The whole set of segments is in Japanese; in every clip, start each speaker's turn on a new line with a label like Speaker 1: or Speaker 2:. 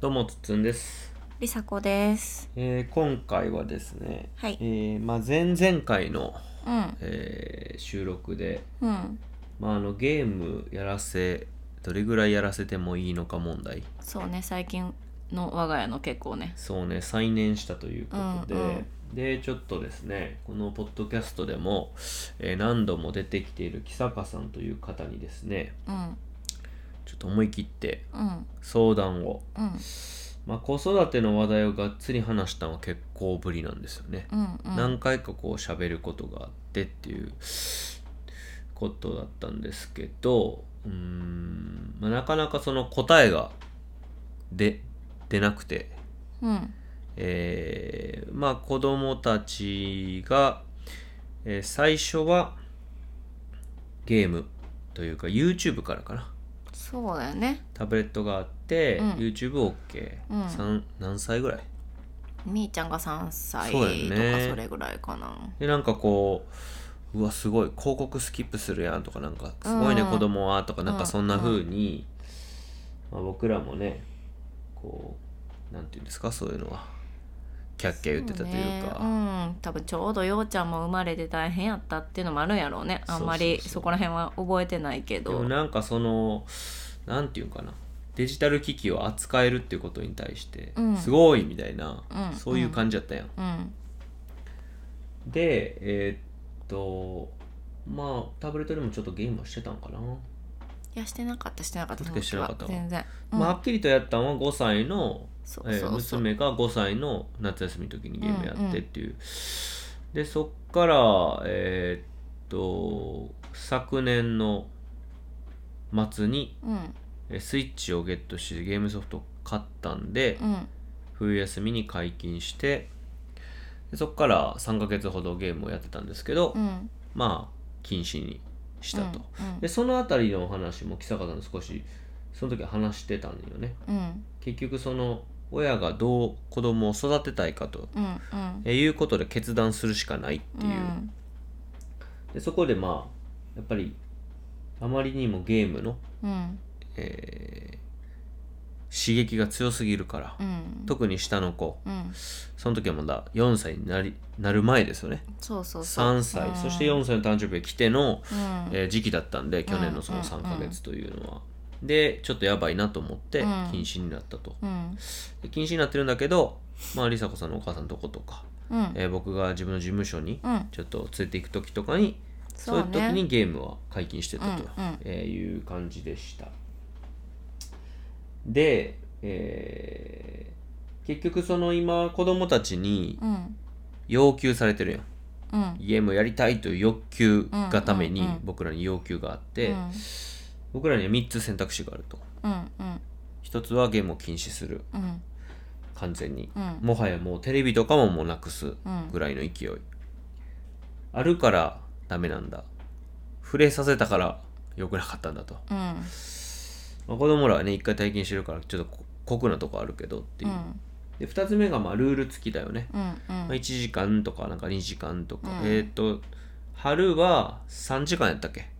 Speaker 1: どうもつっつんです、
Speaker 2: りさこです。
Speaker 1: えー今回はですね、
Speaker 2: はい
Speaker 1: えーまあ、前々回の、
Speaker 2: うん。
Speaker 1: えー収録で、
Speaker 2: うん。
Speaker 1: まあ、あのゲームやらせどれぐらいやらせてもいいのか問題
Speaker 2: そうね、最近の我が家の結構ね。
Speaker 1: そうね再燃したということで、
Speaker 2: うんうん
Speaker 1: でちょっとですねこのポッドキャストでも、えー何度も出てきている木坂さんという方にですね
Speaker 2: うん。
Speaker 1: ちょっと思い切って
Speaker 2: うん。
Speaker 1: 相談を、
Speaker 2: うん。
Speaker 1: まあ、子育ての話題をがっつり話したのは結構ぶりなんですよね。
Speaker 2: うん。うん。
Speaker 1: 何回かこう喋ることがあってっていうことだったんですけどうーん、まあ、なかなかその答えが出出なくて、
Speaker 2: うん。
Speaker 1: えーまあ子供たちが、えー最初はゲームというか YouTube からかな
Speaker 2: そうだよね。
Speaker 1: タブレットがあって、
Speaker 2: うん
Speaker 1: YouTubeOK、
Speaker 2: うん
Speaker 1: さん何歳ぐらい
Speaker 2: みーちゃんが3歳と
Speaker 1: そう
Speaker 2: か
Speaker 1: だよね
Speaker 2: それぐらいかな。
Speaker 1: でなんかこううわすごい広告スキップするやんとかなんかすごいね、
Speaker 2: うん
Speaker 1: 子供はとかなん
Speaker 2: う
Speaker 1: か
Speaker 2: ん
Speaker 1: そんな風に、まあ、僕らもねこうなんていうんですかそういうのはキャッキャ言ってたという
Speaker 2: そ
Speaker 1: か
Speaker 2: うねうん。多分ちょうどようちゃんも生まれて大変やったっていうのもあるんやろうね。あんま
Speaker 1: そう
Speaker 2: り
Speaker 1: そうそう
Speaker 2: そこら辺は覚えてないけ
Speaker 1: で
Speaker 2: ど。
Speaker 1: もなんかそのなんていうんかなデジタル機器を扱えるっていうことに対して、
Speaker 2: うん
Speaker 1: すごいみたいな、
Speaker 2: うん
Speaker 1: そういう感じだったやん、
Speaker 2: うん。
Speaker 1: でえーっとまあタブレットでもちょっとゲームはしてたんかな、
Speaker 2: いや、してなかった、してなかった。
Speaker 1: 確かにしてなかったわ
Speaker 2: 全然。
Speaker 1: まあ、は
Speaker 2: うん
Speaker 1: っきりとやったのは5歳の
Speaker 2: そう
Speaker 1: えー
Speaker 2: そうそう。
Speaker 1: 娘が5歳の夏休みの時にゲームやってっていう、でそっからえーっと昨年の末に
Speaker 2: うん。
Speaker 1: えースイッチをゲットしてゲームソフトを買ったんで、
Speaker 2: うん。
Speaker 1: 冬休みに解禁してでそっから3ヶ月ほどゲームをやってたんですけど、
Speaker 2: うん。
Speaker 1: まあ禁止にしたと、
Speaker 2: うん
Speaker 1: でそのあたりのお話も木坂さんと少しその時話してたんだよね
Speaker 2: うん。
Speaker 1: 結局その親がどう子供を育てたいかと
Speaker 2: うん。うん。
Speaker 1: えいうことで決断するしかないっていう、
Speaker 2: ん
Speaker 1: でそこでまあやっぱりあまりにもゲームの、
Speaker 2: うん
Speaker 1: えー刺激が強すぎるから、
Speaker 2: うん
Speaker 1: 特に下の子
Speaker 2: うん
Speaker 1: その時はまだ4歳になりなる前ですよね
Speaker 2: そうそうそう
Speaker 1: 3歳、
Speaker 2: うん
Speaker 1: そして4歳の誕生日が来ての、
Speaker 2: うん
Speaker 1: えー時期だったんで去年のその
Speaker 2: うん
Speaker 1: 3ヶ月というのは、でちょっとやばいなと思って
Speaker 2: うん
Speaker 1: 禁止になったと、
Speaker 2: うん
Speaker 1: で禁止になってるんだけどまあ梨紗子さんのお母さんのとことか、
Speaker 2: うん
Speaker 1: えー僕が自分の事務所に
Speaker 2: うん
Speaker 1: ちょっと連れて行く時とかにそういう時
Speaker 2: ね
Speaker 1: にゲームは解禁してたと、
Speaker 2: うんうん
Speaker 1: えーいう感じでしたで、えー結局その今子供たちに
Speaker 2: うん
Speaker 1: 要求されてるやん
Speaker 2: うん
Speaker 1: ゲームやりたいという欲求がため
Speaker 2: うん
Speaker 1: に
Speaker 2: うんうん
Speaker 1: 僕らに要求があっ
Speaker 2: う
Speaker 1: て、
Speaker 2: ん
Speaker 1: 僕らには3つ選択肢があると
Speaker 2: うんうん
Speaker 1: 1つはゲームを禁止する
Speaker 2: うん
Speaker 1: 完全に
Speaker 2: うん
Speaker 1: もはやもうテレビとかももうなくす
Speaker 2: うん
Speaker 1: ぐらいの勢いあるからダメなんだ触れさせたから良くなかったんだと、
Speaker 2: うん
Speaker 1: まあ、子供らはね一回体験してるからちょっとこ酷なとこあるけどっていう、で2つ目がまあルール付きだよね、
Speaker 2: うんうん
Speaker 1: まあ、1時間とかなんか2時間とか、
Speaker 2: うん
Speaker 1: えっ、と春は3時間やったっけ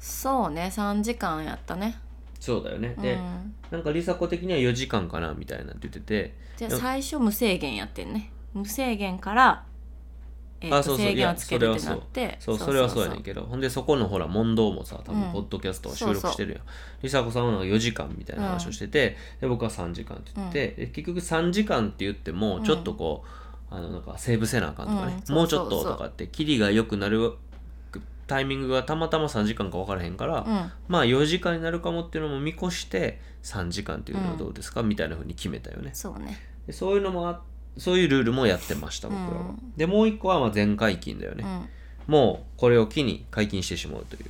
Speaker 2: そうね三時間やったね
Speaker 1: そうだよねで、
Speaker 2: うん
Speaker 1: なんか梨紗子的には4時間かなみたいなって言ってて
Speaker 2: じゃあ最初無制限やってんね無制限からえーと
Speaker 1: あそうそう
Speaker 2: 制
Speaker 1: いや
Speaker 2: 限をつけるってなって
Speaker 1: そうそれはそうやねん
Speaker 2: け
Speaker 1: けどほんでそこのほら問答もさ多
Speaker 2: う
Speaker 1: 分
Speaker 2: ん
Speaker 1: ポッドキャストは収録してるよ、梨紗子さんはなんか4時間みたいな話をしてて、で僕は3時間って言って、で結局3時間って言っても
Speaker 2: うん
Speaker 1: ちょっとこう、あのなんかセーブせなあかんとかね、
Speaker 2: うん
Speaker 1: もうちょっ
Speaker 2: そう
Speaker 1: と
Speaker 2: そうそう
Speaker 1: とかってキリが良くなるタイミングがたまたま3時間か分からへんから、
Speaker 2: うん
Speaker 1: まあ4時間になるかもっていうのも見越して3時間っていうのはどうですか、みたいな風に決めたよね
Speaker 2: そうね
Speaker 1: でそういうのもあそういうルールもやってました僕らは、
Speaker 2: うん
Speaker 1: でもう一個はまあ全解禁だよ
Speaker 2: う
Speaker 1: ね、
Speaker 2: ん
Speaker 1: もうこれを機に解禁してしまうという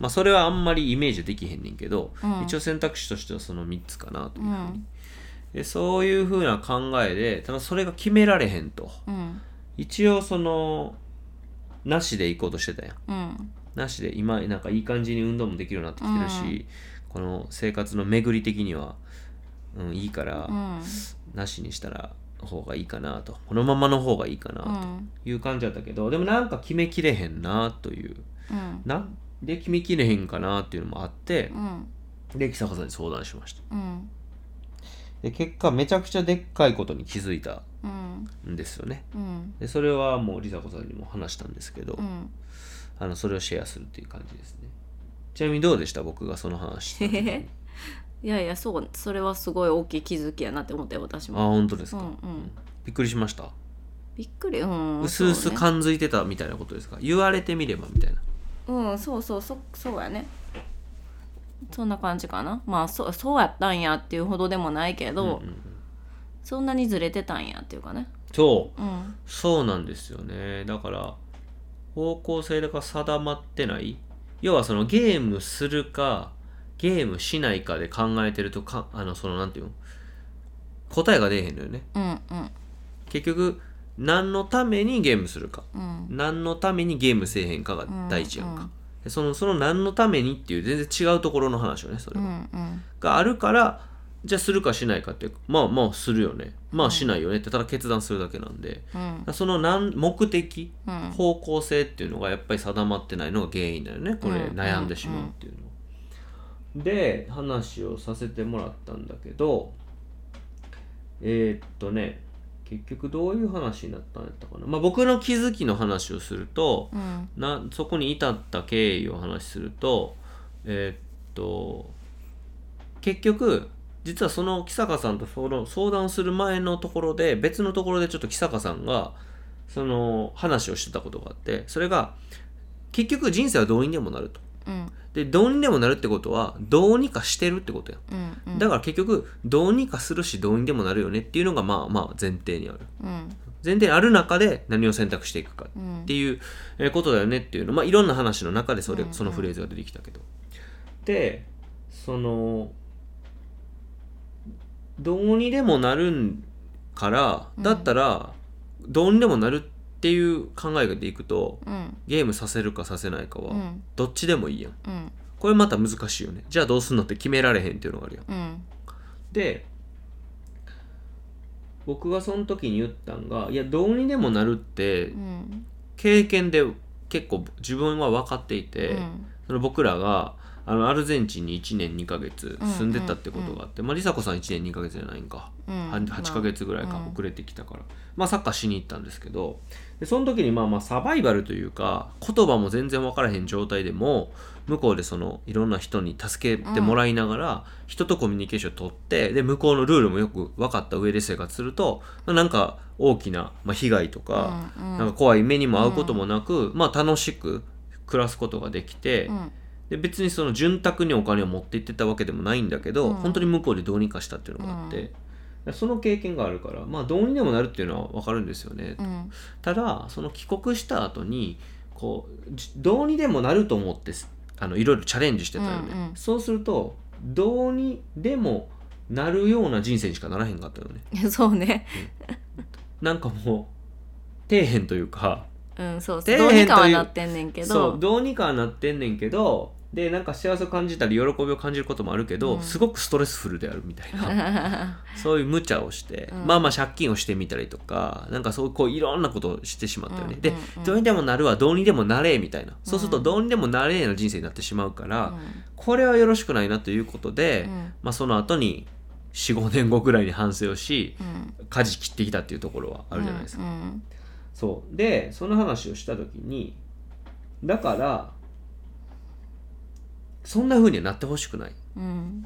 Speaker 1: まあそれはあんまりイメージできへんねんけど、
Speaker 2: うん
Speaker 1: 一応選択肢としてはその3つかなというう、
Speaker 2: ん
Speaker 1: でそういうふうな考えでただそれが決められへんと
Speaker 2: うん
Speaker 1: 一応そのなしで行こうとしてたやん
Speaker 2: うん
Speaker 1: なしで今なんかいい感じに運動もできるようになってきてるし、この生活の巡り的には、うん、いいから、
Speaker 2: うん
Speaker 1: なしにしたら方がいいかなとこのままの方がいいか
Speaker 2: う
Speaker 1: なんという感じだったけど、でもなんか決めきれへんなという
Speaker 2: うん
Speaker 1: なんで決めきれへんかなっていうのもあって
Speaker 2: うん
Speaker 1: で木坂さんに相談しました
Speaker 2: うん
Speaker 1: で結果めちゃくちゃでっかいことに気づいた
Speaker 2: うん
Speaker 1: んですよね
Speaker 2: うん
Speaker 1: でそれはもう梨紗子さんにも話したんですけど、
Speaker 2: うん
Speaker 1: あのそれをシェアするっていう感じですねちなみにどうでした僕がその話した時
Speaker 2: えいやいやそうそれはすごい大きい気づきやなって思ったよ私
Speaker 1: あ
Speaker 2: も
Speaker 1: 本当ですか、
Speaker 2: うんうん
Speaker 1: びっくりしました
Speaker 2: びっくりうん
Speaker 1: うすうす
Speaker 2: そうね
Speaker 1: 感づいてたみたいなことですか言われてみればみたいな
Speaker 2: うんそうそうそそうやねそんな感じかなまあそうそうやったんやっていうほどでもないけど、
Speaker 1: うんうんうん
Speaker 2: そんなにずれてたんやっていうかね
Speaker 1: そう
Speaker 2: うん
Speaker 1: そうなんですよねだから方向性が定まってない要はそのゲームするかゲームしないかで考えてるとかあのそのなんていうの答えが出えへんのよね
Speaker 2: うんうん
Speaker 1: 結局何のためにゲームするか
Speaker 2: うん
Speaker 1: 何のためにゲームせえへんかが大事やんか、
Speaker 2: うんうん
Speaker 1: でそのその何のためにっていう全然違うところの話よねそれ
Speaker 2: う
Speaker 1: は、
Speaker 2: んうん
Speaker 1: があるからじゃあするかしないかってまあまあするよねまあしないよねってただ決断するだけなんで
Speaker 2: うん
Speaker 1: その何目的
Speaker 2: うん
Speaker 1: 方向性っていうのがやっぱり定まってないのが原因だよねこれ
Speaker 2: うん
Speaker 1: 悩んでしまうっていうのは、で話をさせてもらったんだけどえーっとね結局どういう話になったんやったかな、まあ、僕の気づきの話をすると
Speaker 2: うん
Speaker 1: なそこに至った経緯をお話しするとえーっと結局実はその木坂さんとその相談する前のところで別のところでちょっと木坂さんがその話をしてたことがあってそれが結局人生はどうにでもなると。
Speaker 2: うん
Speaker 1: でどうにでもなるってことはどうにかしてるってことやん。
Speaker 2: うんうん
Speaker 1: だから結局どうにかするしどうにでもなるよねっていうのがまあまあ前提にある。
Speaker 2: うん
Speaker 1: 前提にある中で何を選択していくか
Speaker 2: うん
Speaker 1: っていうえーことだよねっていうのまあいろんな話の中でそれ、
Speaker 2: うんうん
Speaker 1: そのフレーズが出てきたけどでそのどうにでもなるんから
Speaker 2: うん
Speaker 1: だったらどうにでもなるっていう考えでいくと
Speaker 2: うん
Speaker 1: ゲームさせるかさせないか
Speaker 2: う
Speaker 1: は
Speaker 2: ん
Speaker 1: どっちでもいいやん
Speaker 2: うん
Speaker 1: これまた難しいよねじゃあどうすんのって決められへんっていうのがあるやん
Speaker 2: うん
Speaker 1: で僕がその時に言ったんがいやどうにでもなるって
Speaker 2: うん
Speaker 1: 経験で結構自分は分かっていて、
Speaker 2: うん
Speaker 1: その僕らがあのアルゼンチンに1年2ヶ月住んでたってことがあって、まあ梨紗子さん1年2ヶ月じゃないんか、
Speaker 2: うん
Speaker 1: はん8ヶ月ぐらいか
Speaker 2: うん
Speaker 1: 遅れてきたから、まあサッカーしに行ったんですけどでその時にまあまあサバイバルというか言葉も全然分からへん状態でも向こうでそのいろんな人に助けてもらいながら人とコミュニケーション取ってで向こうのルールもよく分かった上で生活するとまあなんか大きなまあ被害とか、
Speaker 2: うんうん
Speaker 1: なんか怖い目にも遭うこともなく、まあ楽しく暮らすことができて、
Speaker 2: うん
Speaker 1: で別にその潤沢にお金を持って行ってたわけでもないんだけど、
Speaker 2: うん
Speaker 1: 本当に向こうでどうにかしたっていうのがあって、その経験があるからまあどうにでもなるっていうのは分かるんですよね、
Speaker 2: うん
Speaker 1: ただその帰国した後にこうじどうにでもなると思ってすあのいろいろチャレンジしてたよね、
Speaker 2: うんうん
Speaker 1: そうするとどうにでもなるような人生にしかならへんかったよね
Speaker 2: そうね
Speaker 1: なんかもう底辺というか
Speaker 2: うんそう
Speaker 1: 底
Speaker 2: どう
Speaker 1: 辺とい
Speaker 2: に
Speaker 1: う
Speaker 2: かはなってんねんけ
Speaker 1: そ
Speaker 2: ど
Speaker 1: うどうにかはなってんねんけどでなんか幸せを感じたり喜びを感じることもあるけど、
Speaker 2: うん
Speaker 1: すごくストレスフルであるみたい な
Speaker 2: う
Speaker 1: そういう無茶をして、
Speaker 2: うん
Speaker 1: まあまあ借金をしてみたりとかなんかそうこういろんなことをしてしまったよね、
Speaker 2: うん
Speaker 1: で
Speaker 2: うんうん
Speaker 1: どうにでもなるはどうにでもなれみたいなそうすると
Speaker 2: うん
Speaker 1: どうにでもなれの人生になってしまうから、
Speaker 2: ん
Speaker 1: これはよろしくないなということで、
Speaker 2: うん
Speaker 1: まあその後に45年後ぐらいに反省をし
Speaker 2: うん
Speaker 1: 舵切ってきたっていうところはあるじゃないですか。
Speaker 2: うん
Speaker 1: そうでその話をした時にだからそんな風にはなってほしくない
Speaker 2: うん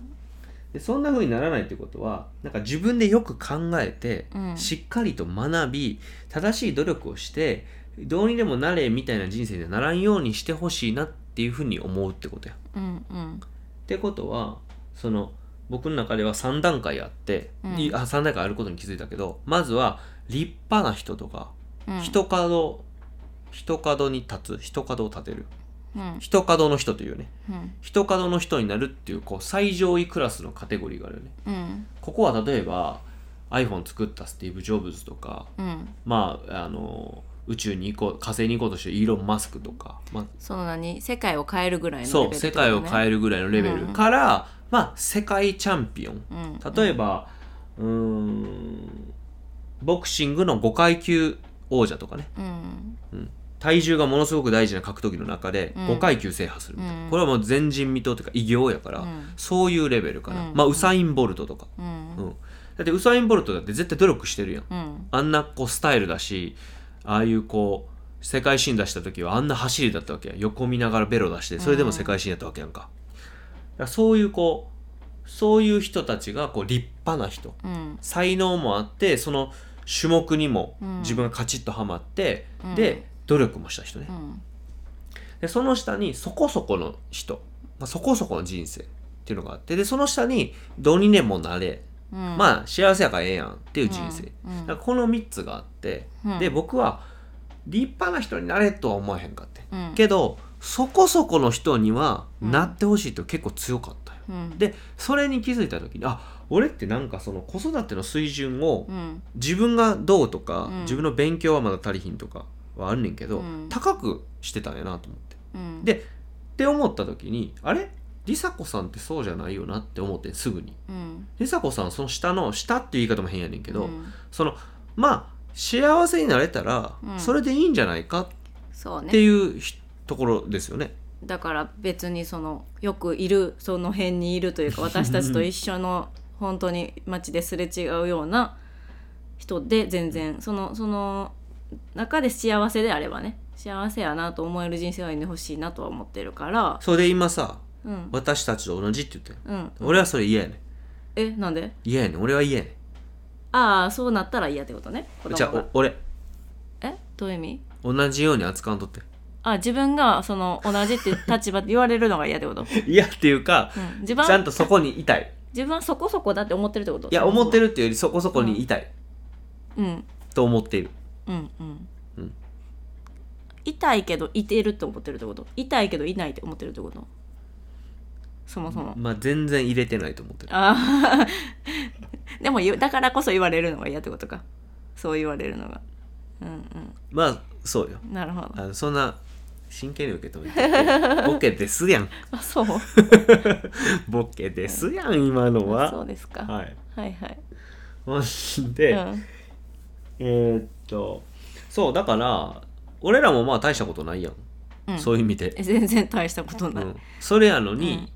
Speaker 1: でそんな風にならないってことはなんか自分でよく考えて、
Speaker 2: うん
Speaker 1: しっかりと学び正しい努力をしてどうにでもなれみたいな人生でならんようにしてほしいなっていう風に思うってことや。
Speaker 2: うんうん
Speaker 1: ってことはその僕の中では3段階あって、
Speaker 2: うん
Speaker 1: いあ3段階あることに気づいたけどまずは立派な人とか
Speaker 2: うん
Speaker 1: 人角人角に立つ人角を立てる
Speaker 2: うん
Speaker 1: 人角の人というね
Speaker 2: うん
Speaker 1: 人角の人になるっていうこう最上位クラスのカテゴリーがあるよね
Speaker 2: うん
Speaker 1: ここは例えば iPhone 作ったスティーブ・ジョブズとか
Speaker 2: うんま
Speaker 1: まああの宇宙に行こう火星に行こうとしてるイーロン・マスクとか、ま
Speaker 2: その何世界を変えるぐらい
Speaker 1: あ、
Speaker 2: の
Speaker 1: そう世界を変
Speaker 2: え
Speaker 1: えるぐらいのレベル
Speaker 2: うん
Speaker 1: から、まあ世界チャンピオン例えばうーんボクシングの5階級王者とかね
Speaker 2: うん
Speaker 1: 体重がものすごく大事な格闘技の中で
Speaker 2: うん
Speaker 1: 5階級制覇するみたいな、
Speaker 2: うん
Speaker 1: これはもう前人未到というか偉業やから、
Speaker 2: うん
Speaker 1: そういうレベルかな、
Speaker 2: うん
Speaker 1: まあウサイン・ボルトとか、
Speaker 2: うん
Speaker 1: うんだってウサイン・ボルトだって絶対努力してるやん
Speaker 2: うん
Speaker 1: あんなこうスタイルだしああいうこう世界新出した時はあんな走りだったわけやん横見ながらベロ出してそれでも世界新やったわけやんか,、だからそういうこうそういう人たちがこう立派な人
Speaker 2: うん
Speaker 1: 才能もあってその種目にも
Speaker 2: うん
Speaker 1: 自分がカチッとはまって、
Speaker 2: うん
Speaker 1: で努力もした人ね、
Speaker 2: うん
Speaker 1: でその下にそこそこの人、まあ、そこそこの人生っていうのがあってでその下にどうにでもなれ、
Speaker 2: うん
Speaker 1: まあ幸せやからええやんっていう人生、
Speaker 2: うんうん
Speaker 1: だからこの3つがあって、
Speaker 2: うん
Speaker 1: で僕は立派な人になれとは思わへんかって、
Speaker 2: うん
Speaker 1: けどそこそこの人にはなってほしいと結構強かったよ、
Speaker 2: うん
Speaker 1: でそれに気づいた時にあ俺ってなんかその子育ての水準を
Speaker 2: うん
Speaker 1: 自分がどうとか、
Speaker 2: うん
Speaker 1: 自分の勉強はまだ足りひんとかはあるねんけど、
Speaker 2: うん
Speaker 1: 高くしてたんやなと思って。
Speaker 2: うん
Speaker 1: でって思った時にあれ梨紗子さんってそうじゃないよなって思ってすぐに
Speaker 2: うん
Speaker 1: 梨紗子さんはその下の下っていう言い方も変やねんけど、
Speaker 2: うん
Speaker 1: そのまあ幸せになれたら、
Speaker 2: うん
Speaker 1: それでいいんじゃないかっ
Speaker 2: そ
Speaker 1: て
Speaker 2: うね
Speaker 1: いうひところですよね。
Speaker 2: だから別にそのよくいるその辺にいるという か私たちと一緒の本当に街ですれ違うような人で全然そのその中で幸せであればね幸せやなと思える人生を歩んでほしいなとは思ってるから
Speaker 1: それで今さ
Speaker 2: うん
Speaker 1: 私たちと同じって言ってん
Speaker 2: うん
Speaker 1: 俺はそれ嫌やねん
Speaker 2: えなんで
Speaker 1: 嫌やねん俺は嫌やね
Speaker 2: ああそうなったら嫌ってことね子
Speaker 1: んじゃ
Speaker 2: 供
Speaker 1: あ
Speaker 2: が
Speaker 1: お俺
Speaker 2: えどういう意味
Speaker 1: 同じように扱わんと って
Speaker 2: あ自分がその同じって立場って言われるのが嫌ってこと、
Speaker 1: 嫌っていうか、
Speaker 2: うん、自分
Speaker 1: ちゃ
Speaker 2: は
Speaker 1: んとそこにいたい
Speaker 2: 自分はそこそこだって思ってるってこと
Speaker 1: いや思って
Speaker 2: る
Speaker 1: るっていうよりそこそこにいたい
Speaker 2: うん
Speaker 1: と思っている、
Speaker 2: うんうん、
Speaker 1: うん
Speaker 2: 痛いけどいてるって思ってるってこと痛いけどいないって思ってるってことそもそも、
Speaker 1: まあ全然入れてないと思ってる
Speaker 2: ああ でも言うだからこそ言われるのが嫌ってことかそう言われるのがうん
Speaker 1: まあそうよ
Speaker 2: うんなるほど
Speaker 1: あのそんな真剣に受け止めて ボケですやん
Speaker 2: あそう
Speaker 1: ボケですやん今の
Speaker 2: あそう
Speaker 1: は
Speaker 2: ですか、
Speaker 1: はい
Speaker 2: はいはい
Speaker 1: ほんで、
Speaker 2: うん
Speaker 1: えーっとそうだから俺らもまあ大したことないやん、
Speaker 2: うん、
Speaker 1: そういう意味で、
Speaker 2: え全然大したこと
Speaker 1: う
Speaker 2: ない、うん
Speaker 1: ん、それやのに、
Speaker 2: うん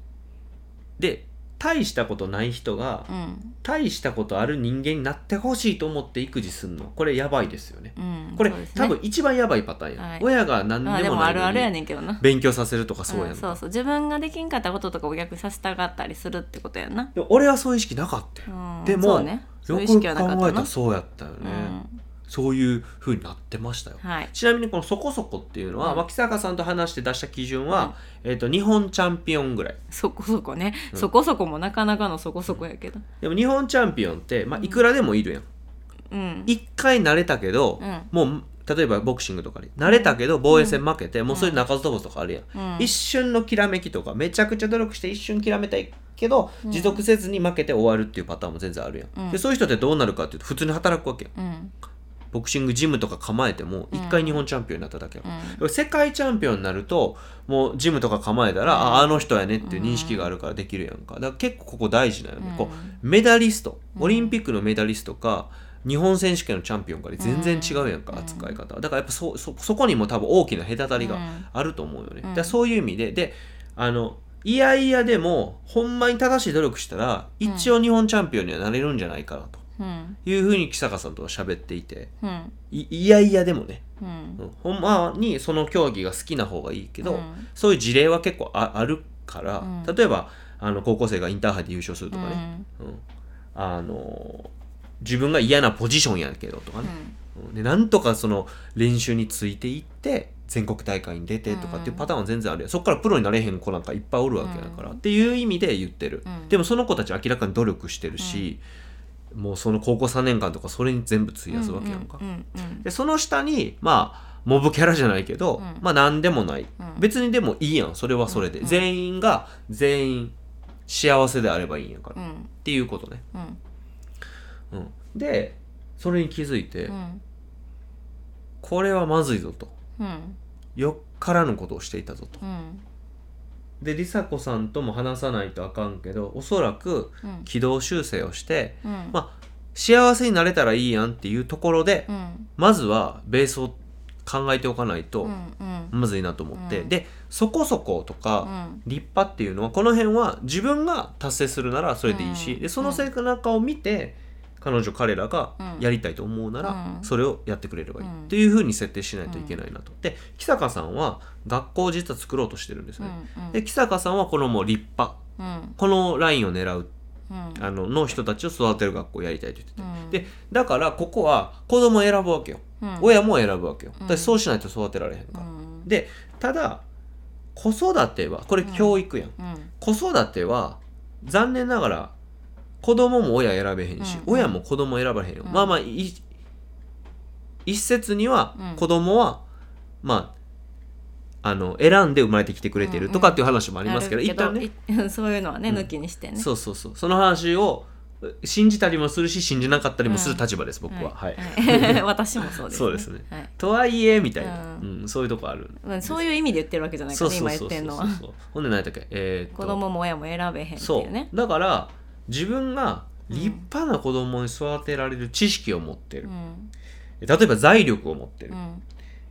Speaker 1: で大したことない人が
Speaker 2: うん
Speaker 1: 大したことある人間になってほしいと思って育児するのこれやばいですよねこれ、
Speaker 2: そうですね
Speaker 1: 多分一番やばいパターンや、
Speaker 2: はい
Speaker 1: 親が何でも
Speaker 2: ま
Speaker 1: な
Speaker 2: あ
Speaker 1: い
Speaker 2: で
Speaker 1: のに
Speaker 2: もあるあるやねんけどな
Speaker 1: 勉強させるとかそうやん
Speaker 2: ん、
Speaker 1: か
Speaker 2: そうそう自分ができんかったこととかを逆にさせたかったりするってことやんな、
Speaker 1: でも俺はそういう意識なかったよ、
Speaker 2: うん、
Speaker 1: でも
Speaker 2: そうね
Speaker 1: よ
Speaker 2: そう
Speaker 1: く
Speaker 2: いう意
Speaker 1: よく
Speaker 2: 識はなかっ
Speaker 1: 考
Speaker 2: た
Speaker 1: えた
Speaker 2: な
Speaker 1: らそうやったよね、そういう風になってましたよ
Speaker 2: うん、はい
Speaker 1: ちなみにこの「そこそこ」っていうのは、
Speaker 2: うん
Speaker 1: 脇坂さんと話して出した基準は、えっと日本チャンピオンぐらい
Speaker 2: そこそこね、
Speaker 1: うん
Speaker 2: そこそこもなかなかのそこそこやけど
Speaker 1: でも日本チャンピオンって、まあ、いくらでもいるやん
Speaker 2: うん
Speaker 1: 一回慣れたけど
Speaker 2: う、ん
Speaker 1: もう例えばボクシングとかに慣れたけど防衛戦負けて、もうそれで中津飛ばとかあるやん、
Speaker 2: うん
Speaker 1: 一瞬のきらめきとかめちゃくちゃ努力して一瞬きらめたいけど持続せずに負けて終わるっていうパターンも全然あるやん、
Speaker 2: うん
Speaker 1: でそういう人ってどうなるかっていうと普通に働くわけやん
Speaker 2: うん
Speaker 1: ボクシングジムとか構えても一回日本チャンピオンになっただけやん
Speaker 2: う、ん
Speaker 1: でも世界チャンピオンになるともうジムとか構えたら、ああの人やねっていう認識があるからできるやんかだから結構ここ大事だよね、
Speaker 2: うん
Speaker 1: こうメダリストオリンピックのメダリストか、日本選手権のチャンピオンかで全然違うやんか、
Speaker 2: うん
Speaker 1: 扱い方だからやっぱそそそこにも多分大きな隔たりがあると思うよね、だからそういう意味でであのいやいやでもほんまに正しい努力したら一応日本チャンピオンにはなれるんじゃないかなと
Speaker 2: うん
Speaker 1: いうふうに木坂さんとは喋っていて
Speaker 2: うん
Speaker 1: いいやいやでもね
Speaker 2: うん
Speaker 1: うんほんまにその競技が好きな方がいいけど、
Speaker 2: うん
Speaker 1: そういう事例は結構ああるから、
Speaker 2: うん
Speaker 1: 例えばあの高校生がインターハイで優勝するとかね、
Speaker 2: ね
Speaker 1: うんあの自分が嫌なポジションやけどとかね、うんでなんとかその練習についていって全国大会に出てとかっていうパターンは全然あるよそっからプロになれへん子なんかいっぱいおるわけだから、っていう意味で言ってる、
Speaker 2: うん
Speaker 1: でもその子たち明らかに努力してるし、もうその高校3年間とかそれに全部費やすわけやんか、
Speaker 2: うんうん
Speaker 1: でその下にまあモブキャラじゃないけど、
Speaker 2: うん
Speaker 1: まあ何でもない、
Speaker 2: うん
Speaker 1: 別にでもいいやんそれはそれで、
Speaker 2: うんうん
Speaker 1: 全員が全員幸せであればいいんやから、
Speaker 2: う
Speaker 1: っ
Speaker 2: ん
Speaker 1: ていうことね、
Speaker 2: うん
Speaker 1: うん、でそれに気づいて、
Speaker 2: うん
Speaker 1: これはまずいぞと
Speaker 2: うん
Speaker 1: よっからぬことをしていたぞと
Speaker 2: うん
Speaker 1: で梨紗子さんとも話さないとあかんけどおそらく
Speaker 2: うん
Speaker 1: 軌道修正をして
Speaker 2: うん
Speaker 1: まあ幸せになれたらいいやんっていうところで、
Speaker 2: うん
Speaker 1: まずはベースを考えておかないと、
Speaker 2: うんうん
Speaker 1: まずいなと思って、
Speaker 2: うん
Speaker 1: でそこそこと
Speaker 2: う
Speaker 1: か、
Speaker 2: ん
Speaker 1: 立派っていうのはこの辺は自分が達成するならそれでいいし、
Speaker 2: うん
Speaker 1: でその背中を見て彼女彼らが
Speaker 2: うん
Speaker 1: やりたいと思うなら、
Speaker 2: うん
Speaker 1: それをやってくれればいい、
Speaker 2: うん
Speaker 1: っていうふうに設定しないといけないなと。で木坂さんは学校を実は作ろうとしてるんですよね。で木坂さんはこのもう立派このラインを狙うあのの人たちを育てる学校をやりたいと言ってて、でだからここは子供を選ぶわけよ、親も選ぶわけよ、だからそうしないと育てられへんから、でただ子育てはこれ教育やん、子育ては残念ながら子供も親選べへんし、
Speaker 2: うん
Speaker 1: 親も子供選ばへんよ、
Speaker 2: うん
Speaker 1: まあまあい一説には
Speaker 2: うん
Speaker 1: 子供は、まああの選んで生まれてきてくれてるとかっていう話もありますけど、一旦ね
Speaker 2: ねそういうの はね抜きにしてね
Speaker 1: そうそうそうその話を信じたりもするし信じなかったりもする立場です、僕は、はい
Speaker 2: はい 私もそうです
Speaker 1: そうですね
Speaker 2: はい
Speaker 1: とはいえみたいな、
Speaker 2: う
Speaker 1: うんそういうとこある
Speaker 2: うんそういう意味で言ってるわけじゃないか
Speaker 1: そう
Speaker 2: らね
Speaker 1: そうそ
Speaker 2: 今言っ
Speaker 1: うそ
Speaker 2: て
Speaker 1: うんそ
Speaker 2: のは
Speaker 1: うそうほんで何だっけえーっと
Speaker 2: 子供も親も選べへんって
Speaker 1: そ
Speaker 2: いううね
Speaker 1: だから自分が立派な子供に育てられる知識を持ってる、
Speaker 2: うん
Speaker 1: 例えば財力を持ってる、
Speaker 2: うん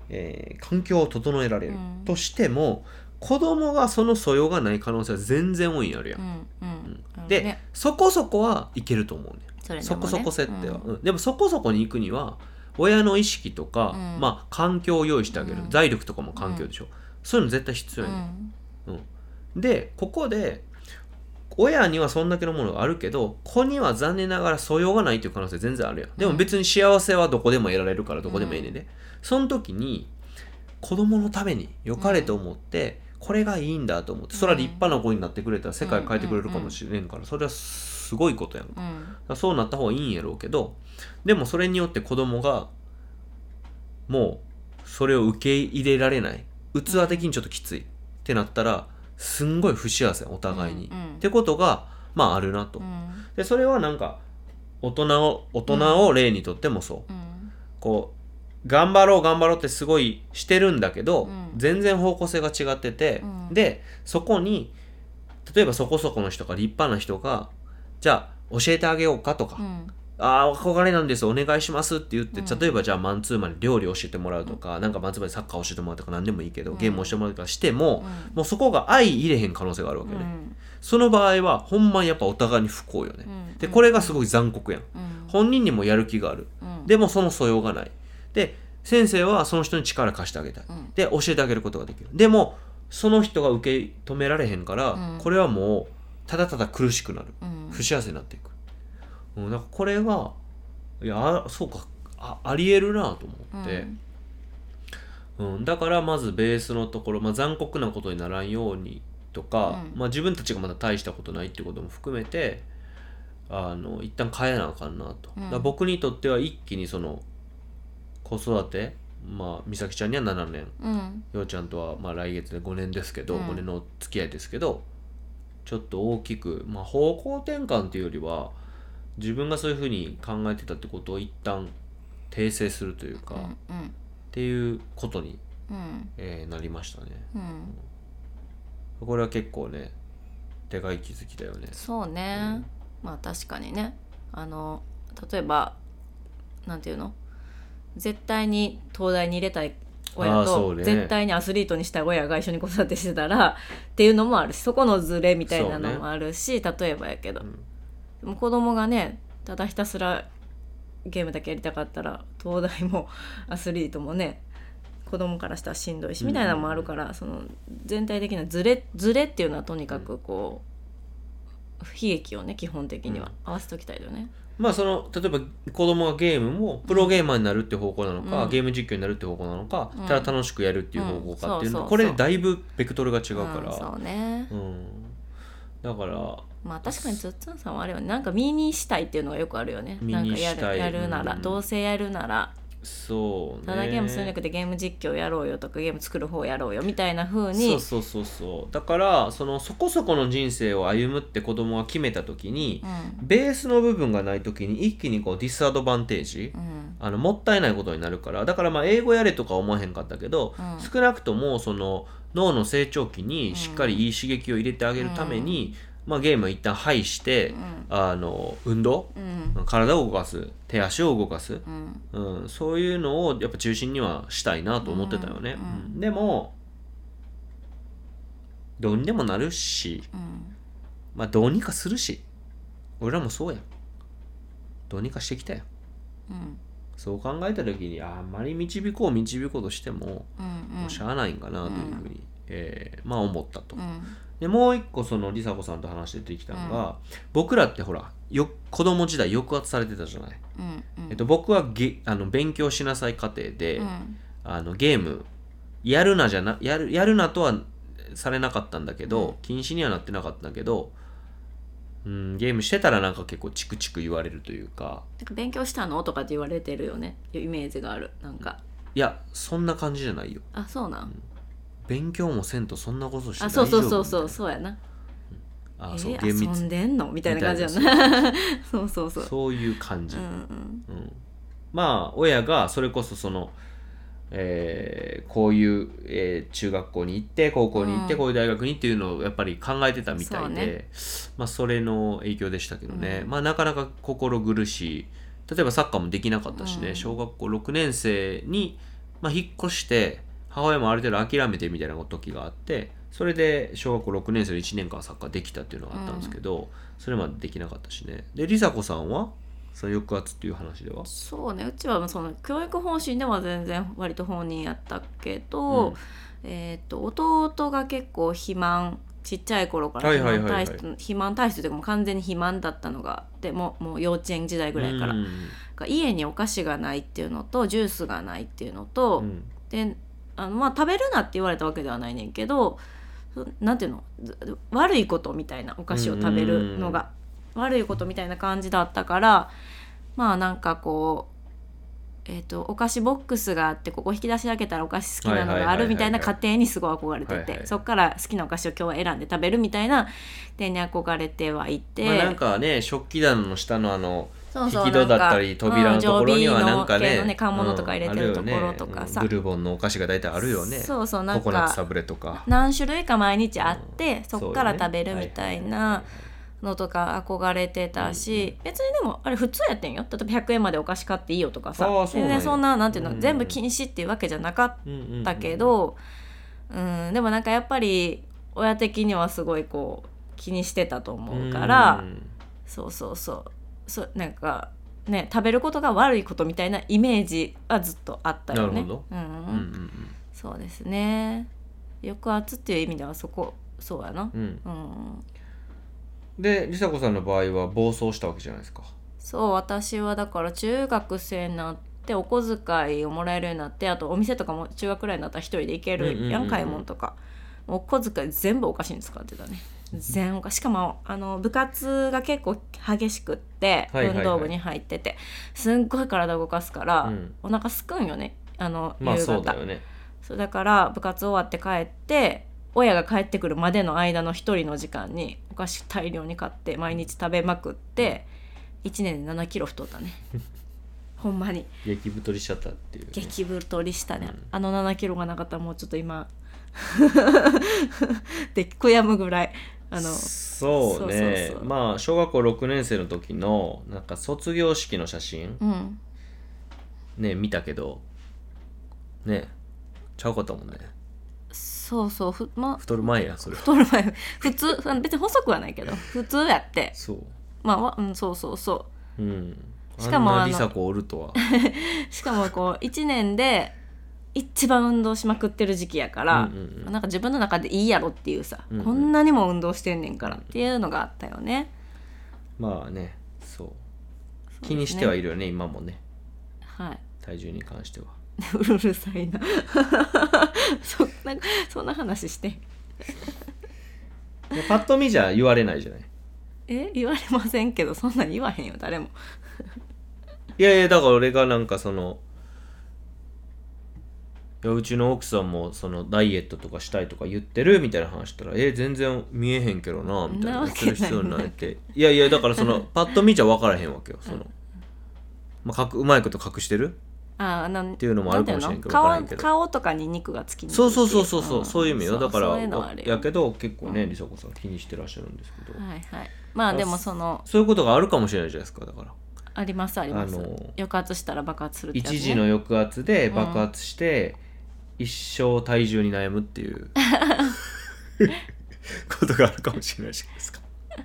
Speaker 1: えー環境を整えられる、
Speaker 2: うん
Speaker 1: としても子供がその素養がない可能性は全然多いんやるやん、
Speaker 2: うんうんうん
Speaker 1: で、
Speaker 2: ね
Speaker 1: そこそこはいけると思うね
Speaker 2: それで
Speaker 1: そ
Speaker 2: もね
Speaker 1: こそこ設定は、
Speaker 2: う
Speaker 1: うんんでもそこそこに行くには親の意識とか、
Speaker 2: うん
Speaker 1: まあ、環境を用意してあげる、
Speaker 2: うん
Speaker 1: 財力とかも環境でしょ、そういうの絶対必要やね、でここで親にはそんだけのものがあるけど子には残念ながら素養がないという可能性全然あるやんでも別に幸せはどこでも得られるからどこでもええねんで、その時に子供のために良かれと思って、これがいいんだと思ってそれは立派な子になってくれたら世界変えてくれるかもしれんからそれはすごいことやんか
Speaker 2: うんうん
Speaker 1: だからそうなった方がいいんやろうけどでもそれによって子供がもうそれを受け入れられない器的にちょっときついってなったらすんごい不幸せお互いに、
Speaker 2: うんうん
Speaker 1: ってことがまああるなと、
Speaker 2: うん
Speaker 1: でそれはなんか大人を大人を例にとってもそう、
Speaker 2: うん
Speaker 1: こう頑張ろう頑張ろうってすごいしてるんだけど、
Speaker 2: うん
Speaker 1: 全然方向性が違ってて、
Speaker 2: うん
Speaker 1: でそこに例えばそこそこの人が立派な人がじゃあ教えてあげようかとか、
Speaker 2: うん
Speaker 1: あー憧れなんですお願いしますって言って、
Speaker 2: うん
Speaker 1: 例えばじゃあマンツーマンに料理教えてもらうとか、なんかマンツーマンにサッカー教えてもらうとか何でもいいけど、
Speaker 2: うん
Speaker 1: ゲーム教えてもらうとかしても、
Speaker 2: うん
Speaker 1: もうそこが相入れへん可能性があるわけね、
Speaker 2: うん
Speaker 1: その場合はほんまにやっぱお互いに不幸よね、
Speaker 2: うん
Speaker 1: でこれがすごい残酷やん
Speaker 2: うん
Speaker 1: 本人にもやる気がある
Speaker 2: うん
Speaker 1: でもその素養がないで先生はその人に力貸してあげたい
Speaker 2: うん
Speaker 1: で教えてあげることができるでもその人が受け止められへんから、
Speaker 2: うん
Speaker 1: これはもうただただ苦しくなる
Speaker 2: うん
Speaker 1: 不幸せになっていく、うん、なんかこれはいやあそうかあありえるなと思って、うんだからまずベースのところ、まあ、残酷なことにならんようにとか、
Speaker 2: うん
Speaker 1: まあ、自分たちがまだ大したことないってことも含めてあの一旦変えなあかんなと、
Speaker 2: うん
Speaker 1: だから僕にとっては一気にその子育てまあ美咲ちゃんには7年
Speaker 2: うん
Speaker 1: ようちゃんとはまあ来月で5年ですけど、
Speaker 2: うん
Speaker 1: 5年のお付き合いですけどちょっと大きく、まあ、方向転換っていうよりは自分がそういうふうに考えてたってことを一旦訂正するというか、
Speaker 2: う
Speaker 1: っ
Speaker 2: んうん
Speaker 1: ていうことに、
Speaker 2: うん
Speaker 1: えーなりましたね
Speaker 2: うん
Speaker 1: これは結構ねでかい気づきだよね
Speaker 2: そうね、まあ確かにねあの例えばなんていうの絶対に東大に入れたい
Speaker 1: あ
Speaker 2: 親
Speaker 1: ーそ
Speaker 2: と、
Speaker 1: うね
Speaker 2: 絶対にアスリートにしたい親が一緒に子育てしてたらっていうのもあるしそこのズレみたいなのもあるし、例えばやけど、
Speaker 1: ん
Speaker 2: でも子供がねただひたすらゲームだけやりたかったら東大もアスリートもね子供からしたらしんどいしみたいなのもあるから、その全体的なズレズレっていうのはとにかくこう、悲劇をね基本的には合わせときたいよね。
Speaker 1: まあその例えば子供がゲームもプロゲーマーになるって方向なのか、
Speaker 2: うん
Speaker 1: ゲーム実況になるって方向なのか、
Speaker 2: うん
Speaker 1: ただ楽しくやるっていう方向かっていうの、
Speaker 2: うんそうそうそう
Speaker 1: これでだいぶベクトルが違うから、
Speaker 2: うんそうね、
Speaker 1: うん、だから
Speaker 2: まあ確かにつっつんさんはあれよねなんか身にしたいっていうのがよくあるよね。
Speaker 1: 身
Speaker 2: なん
Speaker 1: に
Speaker 2: かや
Speaker 1: したい
Speaker 2: るやるなら、
Speaker 1: うん
Speaker 2: どうせやるなら
Speaker 1: そうね
Speaker 2: ただゲームするんじゃなくてゲーム実況やろうよとかゲーム作る方やろうよみたいな風に
Speaker 1: そうそうそうそうだからそのそこそこの人生を歩むって子供が決めた時に
Speaker 2: うん
Speaker 1: ベースの部分がない時に一気にこうディスアドバンテージ、
Speaker 2: うん
Speaker 1: あのもったいないことになるからだからまあ英語やれとか思わへんかったけど、
Speaker 2: うん
Speaker 1: 少なくともその脳の成長期にしっかりいい刺激を入れてあげるために、まあ、ゲームは一旦排して、
Speaker 2: うん
Speaker 1: あの運動
Speaker 2: うん
Speaker 1: 体を動かす手足を動かす
Speaker 2: うん
Speaker 1: うん、そういうのをやっぱ中心にはしたいなと思ってたよね、
Speaker 2: うん
Speaker 1: うんでもどうにでもなるし
Speaker 2: うん
Speaker 1: まあどうにかするし俺らもそうやんどうにかしてきたよ
Speaker 2: うん
Speaker 1: そう考えた時にあんまり導こう導こうとしても
Speaker 2: うんうん
Speaker 1: もうしゃあないんかなというふうに、えーまあ思ったと、
Speaker 2: うん
Speaker 1: でもう一個その梨紗子さんと話しててきたのが、僕らってほらよ子供時代抑圧されてたじゃない、
Speaker 2: うんうん
Speaker 1: えっと、僕はげあの勉強しなさい家庭で、
Speaker 2: うん
Speaker 1: あのゲームやるなじゃなやるやるなとはされなかったんだけど、
Speaker 2: うん
Speaker 1: 禁止にはなってなかったんだけど、うん、ゲームしてたらなんか結構チクチク言われるというか
Speaker 2: なんか勉強したのとかって言われてるよねイメージがあるなんか
Speaker 1: いやそんな感じじゃないよ
Speaker 2: あそうなん
Speaker 1: 勉強もせんとそんなことして
Speaker 2: あ
Speaker 1: 大
Speaker 2: そ
Speaker 1: 丈
Speaker 2: うそう
Speaker 1: 夫
Speaker 2: そうそうそうやな
Speaker 1: あ
Speaker 2: え
Speaker 1: そう
Speaker 2: ー
Speaker 1: 厳
Speaker 2: 遊
Speaker 1: 密
Speaker 2: んでんのみたいな感じや
Speaker 1: みた
Speaker 2: な そうそうそう
Speaker 1: そういう感じ、
Speaker 2: うんうん
Speaker 1: うんまあ親がそれこそその、えーこういう、えー中学校に行って高校に行って、
Speaker 2: うん
Speaker 1: こういう大学にっていうのをやっぱり考えてたみたいでまあ、それの影響でしたけどね、
Speaker 2: うん
Speaker 1: まあ、なかなか心苦しい例えばサッカーもできなかったしね、
Speaker 2: うん
Speaker 1: 小学校6年生に、まあ、引っ越して母親もある程度諦めてみたいな時があってそれで小学校6年生の1年間サッカーできたっていうのがあったんですけど、それまでできなかったしねで梨紗子さんはその抑圧っていう話では
Speaker 2: そうねうちはその教育方針では全然割と本人やったけど、えー、と弟が結構肥満ちっちゃい頃から
Speaker 1: はい
Speaker 2: 肥
Speaker 1: はいはいは
Speaker 2: 満体
Speaker 1: い
Speaker 2: 質、肥満体質というかもう完全に肥満だったのがでもうもう幼稚園時代ぐらいから、
Speaker 1: うん
Speaker 2: が家にお菓子がないっていうのとジュースがないっていうのと、
Speaker 1: うん
Speaker 2: であのまあ食べるなって言われたわけではないねんけどそなんていうのず悪いことみたいなお菓子を食べるのが悪いことみたいな感じだったからまあなんかこう。えー、とお菓子ボックスがあってここ引き出し開けたらお菓子好きなの
Speaker 1: はいはいは
Speaker 2: があ
Speaker 1: いはいは
Speaker 2: る
Speaker 1: い
Speaker 2: みたいな家庭にすごい憧れてて、
Speaker 1: はいはい
Speaker 2: そっから好きなお菓子を今日は選んで食べるみたいな点に憧れてはいて、
Speaker 1: まあ、なんかね食器棚の下のあの
Speaker 2: そうそう
Speaker 1: 引き戸だったり
Speaker 2: なんか
Speaker 1: 扉のところには
Speaker 2: うん
Speaker 1: なんか
Speaker 2: 常備
Speaker 1: ね
Speaker 2: のね買い物とか入れてるところと
Speaker 1: うん
Speaker 2: かさ、
Speaker 1: あるよねうんブルボンのお菓子が大体あるよね
Speaker 2: そうそうなん
Speaker 1: ココ
Speaker 2: か
Speaker 1: ナッツサブレとか
Speaker 2: 何種類か毎日あって、そっから
Speaker 1: そうよね
Speaker 2: 食べるみたい
Speaker 1: は
Speaker 2: なのとか憧れてたし、別にでもあれ普通やってんよ例えば100円までお菓子買っていいよとかさ
Speaker 1: あーそう
Speaker 2: 全
Speaker 1: なんや
Speaker 2: 然そんななんていうの、
Speaker 1: うん
Speaker 2: 全部禁止っていうわけじゃなかっ
Speaker 1: いはいはい
Speaker 2: たけど、うんでもなんかやっぱり親的にはすごいこう気にしてたと思うから、
Speaker 1: ん
Speaker 2: そうそうそうそうなんかね食べることが悪いことみたいなイメージはずっとあったよ
Speaker 1: な
Speaker 2: ね。
Speaker 1: るほど
Speaker 2: うん
Speaker 1: うんうん
Speaker 2: そうですね抑圧っていう意味ではそこそうやな
Speaker 1: うんうん
Speaker 2: うん
Speaker 1: で梨紗子さんの場合は暴走したわけじゃないですか
Speaker 2: そう私はだから中学生になってお小遣いをもらえるようになってあとお店とかも中学くらいになったら一人で行け
Speaker 1: うんうんうんう
Speaker 2: る
Speaker 1: ん
Speaker 2: やん買い物とかもうお小遣い全部お菓子に使ってたね全部お菓子しかもあの部活が結構激しくって、
Speaker 1: はいはいはい
Speaker 2: 運動部に入っててすんごい体動かすから、
Speaker 1: うん
Speaker 2: お腹すくんよねあの夕
Speaker 1: まあ
Speaker 2: 方
Speaker 1: そうだよね
Speaker 2: そうだから部活終わって帰って親が帰ってくるまでの間の一人の時間にお菓子大量に買って毎日食べまくって1年で7キロ 太ったねほんまに
Speaker 1: 激太りしちゃったっていうね、
Speaker 2: 激太りしたね、
Speaker 1: うん
Speaker 2: あの7キロがなかったらもうちょっと今 で悔やむぐらいあの
Speaker 1: そうね
Speaker 2: そうそうそう
Speaker 1: まあ小学校6年生の時のなんか卒業式の写真
Speaker 2: うん
Speaker 1: ね見たけどねちゃうかったもんね
Speaker 2: そうそうふま
Speaker 1: 太る前やそれは
Speaker 2: 太る前普通別に細くはないけど普通やって
Speaker 1: そ
Speaker 2: まあわうんそうそうそう
Speaker 1: ううん
Speaker 2: しかも
Speaker 1: あんな
Speaker 2: あの
Speaker 1: 梨紗子おるとは
Speaker 2: しかもこう1年で一番運動しまくってる時期やから、
Speaker 1: うんうんうん
Speaker 2: なんか自分の中でいいやろっていうさ、
Speaker 1: うんうん
Speaker 2: こんなにも運動してんねんからっていうのがあったよね。
Speaker 1: まあねそう気にしてはいるよね今もね
Speaker 2: はい、
Speaker 1: 体重に関しては
Speaker 2: うるうるさいな そんなそんな話して
Speaker 1: でパッと見じゃ言われないじゃない
Speaker 2: え言われませんけどそんなん言わへんよ誰も
Speaker 1: いやいやだから俺がなんかそのいやうちの奥さんもそのダイエットとかしたいとか言ってるみたいな話したら「え全然見えへんけどな」みたい
Speaker 2: な
Speaker 1: な
Speaker 2: わ
Speaker 1: す
Speaker 2: けな
Speaker 1: る
Speaker 2: い
Speaker 1: 必要ないっていやいやだからそ のパッと見じゃ分からへんわけよその、まあ、かくうまいこと隠してる
Speaker 2: あーなんって
Speaker 1: いうのもあるかもしれんけどわから
Speaker 2: 顔
Speaker 1: んけど
Speaker 2: 顔とかに肉がつきにくいってい
Speaker 1: そうそうそうそうそう、
Speaker 2: ん
Speaker 1: そういう意味よだから
Speaker 2: そういうのはあるよ
Speaker 1: やけど結構ね梨紗子さん気にしてらっしゃるんですけど、
Speaker 2: はいはいまあでもその
Speaker 1: そういうことがあるかもしれないじゃないですかだから
Speaker 2: ありますあります、
Speaker 1: あの
Speaker 2: 抑圧したら爆発するってやつね
Speaker 1: 一時の抑圧で爆発して、一生体重に悩むっていう ことがあるかもしれないじゃないですか。ま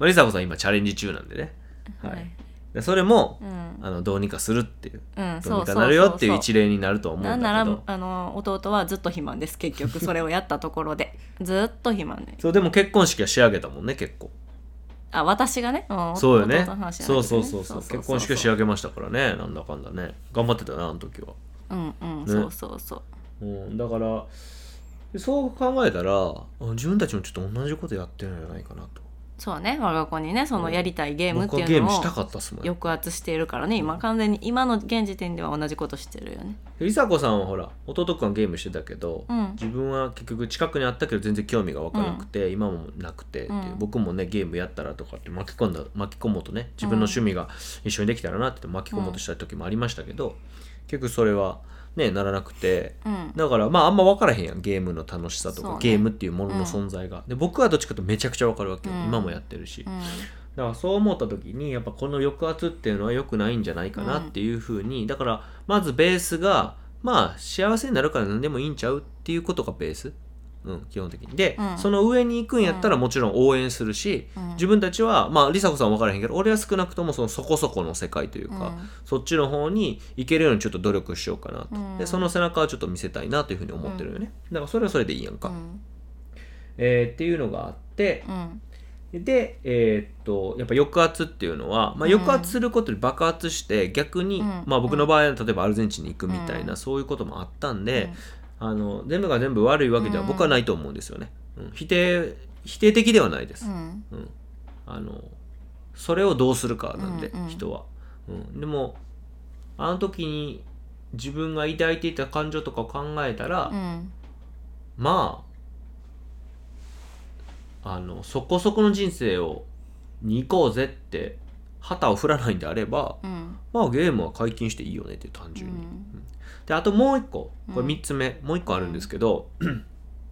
Speaker 1: あ、りさこさん今チャレンジ中なんでね。はい。でそれも
Speaker 2: うん
Speaker 1: あのどうにかするっていう
Speaker 2: うん
Speaker 1: どうに
Speaker 2: そうそ
Speaker 1: か
Speaker 2: う
Speaker 1: なるよっていう
Speaker 2: そう
Speaker 1: 一例になると思うんだ
Speaker 2: なん
Speaker 1: け
Speaker 2: なら
Speaker 1: ど
Speaker 2: あの弟はずっと肥満です結局それをやったところでずっと肥満で
Speaker 1: そうでも結婚式は仕上げたもんね結構
Speaker 2: あ私がねん
Speaker 1: そうよね
Speaker 2: 弟の話じゃ
Speaker 1: そ
Speaker 2: な
Speaker 1: う
Speaker 2: くて
Speaker 1: そ
Speaker 2: ね
Speaker 1: うそうそう結婚式は仕上げましたからねなんだかんだね頑張ってたなあの時は
Speaker 2: うんうん、
Speaker 1: ね
Speaker 2: そうそうそ
Speaker 1: う
Speaker 2: う
Speaker 1: ん、だからそう考えたらあ自分たちもちょっと同じことやってるんじゃないかなと
Speaker 2: そうね我が子にねそのやりたいゲームって
Speaker 1: 僕は
Speaker 2: いう
Speaker 1: ゲー
Speaker 2: の
Speaker 1: ム
Speaker 2: を
Speaker 1: したかったっすもんね
Speaker 2: 抑圧しているからね今完全に今の現時点では同じことしてるよね
Speaker 1: 梨紗子さんはほら弟くんはゲームしてたけど、
Speaker 2: うん
Speaker 1: 自分は結局近くにあったけど全然興味が湧かなくて、今もなくてっていう、
Speaker 2: うん
Speaker 1: 僕もねゲームやったらとかって巻き込んだ巻き込もうとね自分の趣味が一緒にできたらなって巻き込もうとした時もありましたけど、結局それはねならなくて
Speaker 2: うん
Speaker 1: だからまああんま分からへんやんゲームの楽しさとか、
Speaker 2: そうね
Speaker 1: ゲームっていうものの存在が、で僕はどっちかというとめちゃくちゃ分かるわけよ、
Speaker 2: うん
Speaker 1: 今もやってるし、
Speaker 2: う
Speaker 1: だ
Speaker 2: ん
Speaker 1: からそう思った時にやっぱこの抑圧っていうのは良くないんじゃないかなっていうふうに、だからまずベースがまあ幸せになるから何でもいいんちゃうっていうことがベース、うん、基本的にで、
Speaker 2: うん
Speaker 1: その上に行くんやったらもちろん応援するし、
Speaker 2: うん
Speaker 1: 自分たちはまあ梨紗子さんは分からへんけど俺は少なくともそのそこそこの世界というか、そっちの方に行けるようにちょっと努力しようかなと、
Speaker 2: うん
Speaker 1: でその背中はちょっと見せたいなというふうに思ってるよね、だからそれはそれでいいやんか、
Speaker 2: うん
Speaker 1: えーっていうのがあって
Speaker 2: うん
Speaker 1: でえーっとやっぱ抑圧っていうのは、まあ、
Speaker 2: うん
Speaker 1: 抑圧することで爆発して逆に、
Speaker 2: うん
Speaker 1: まあ、僕の場合は例えばアルゼンチンに行くみたいな、
Speaker 2: うん
Speaker 1: そういうこともあったんで、あの全部が全部悪いわけでは僕はないと思うんですよね、うん否定否定的ではないです
Speaker 2: う、ん
Speaker 1: うん、あのそれをどうするかなんで、
Speaker 2: うんうん
Speaker 1: 人は、うん、でもあの時に自分が抱いていた感情とかを考えたら、
Speaker 2: うん
Speaker 1: まああのそこそこの人生をに行こうぜって旗を振らないんであれば
Speaker 2: うん
Speaker 1: まあゲームは解禁していいよねっていう単純に、
Speaker 2: うん
Speaker 1: であともう一個これ
Speaker 2: うん
Speaker 1: 3つ目、もう一個あるんですけど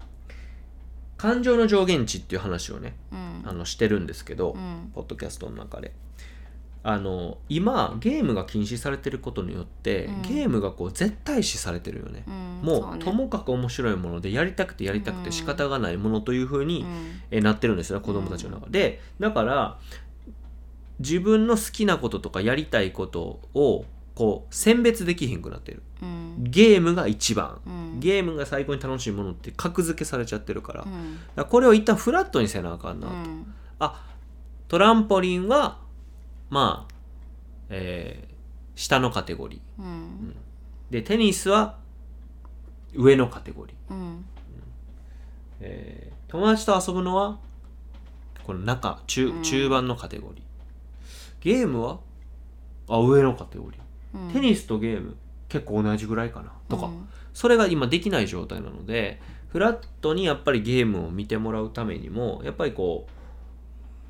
Speaker 1: 感情の上限値っていう話をね
Speaker 2: うん
Speaker 1: あのしてるんですけど、
Speaker 2: うん
Speaker 1: ポッドキャストの中で。あの今ゲームが禁止されてることによって、
Speaker 2: うん
Speaker 1: ゲームがこう絶対視されてるよね、
Speaker 2: うん
Speaker 1: もう
Speaker 2: そね
Speaker 1: ともかく面白いものでやりたくてやりたく
Speaker 2: う
Speaker 1: て
Speaker 2: ん
Speaker 1: 仕方がないものというふうに、
Speaker 2: うん
Speaker 1: えなってるんですよね子供たちの中で、だから自分の好きなこととかやりたいことをこう選別できひんくなってる
Speaker 2: うん
Speaker 1: ゲームが一番
Speaker 2: うん
Speaker 1: ゲームが最高に楽しいものって格付けされちゃってるから,、
Speaker 2: う
Speaker 1: だか
Speaker 2: ん
Speaker 1: らこれを一旦フラットにせなあかんな、
Speaker 2: うん
Speaker 1: あトランポリンはまあえー下のカテゴリ
Speaker 2: う
Speaker 1: ー、うんんでテニスは上のカテゴリー
Speaker 2: うん
Speaker 1: えー友達と遊ぶのはこの中中
Speaker 2: うん
Speaker 1: 中盤のカテゴリー、ゲームはあ上のカテゴリー
Speaker 2: うん
Speaker 1: テニスとゲーム結構同じぐらいかなとか、
Speaker 2: うん
Speaker 1: それが今できない状態なのでフラットにやっぱりゲームを見てもらうためにもやっぱりこう、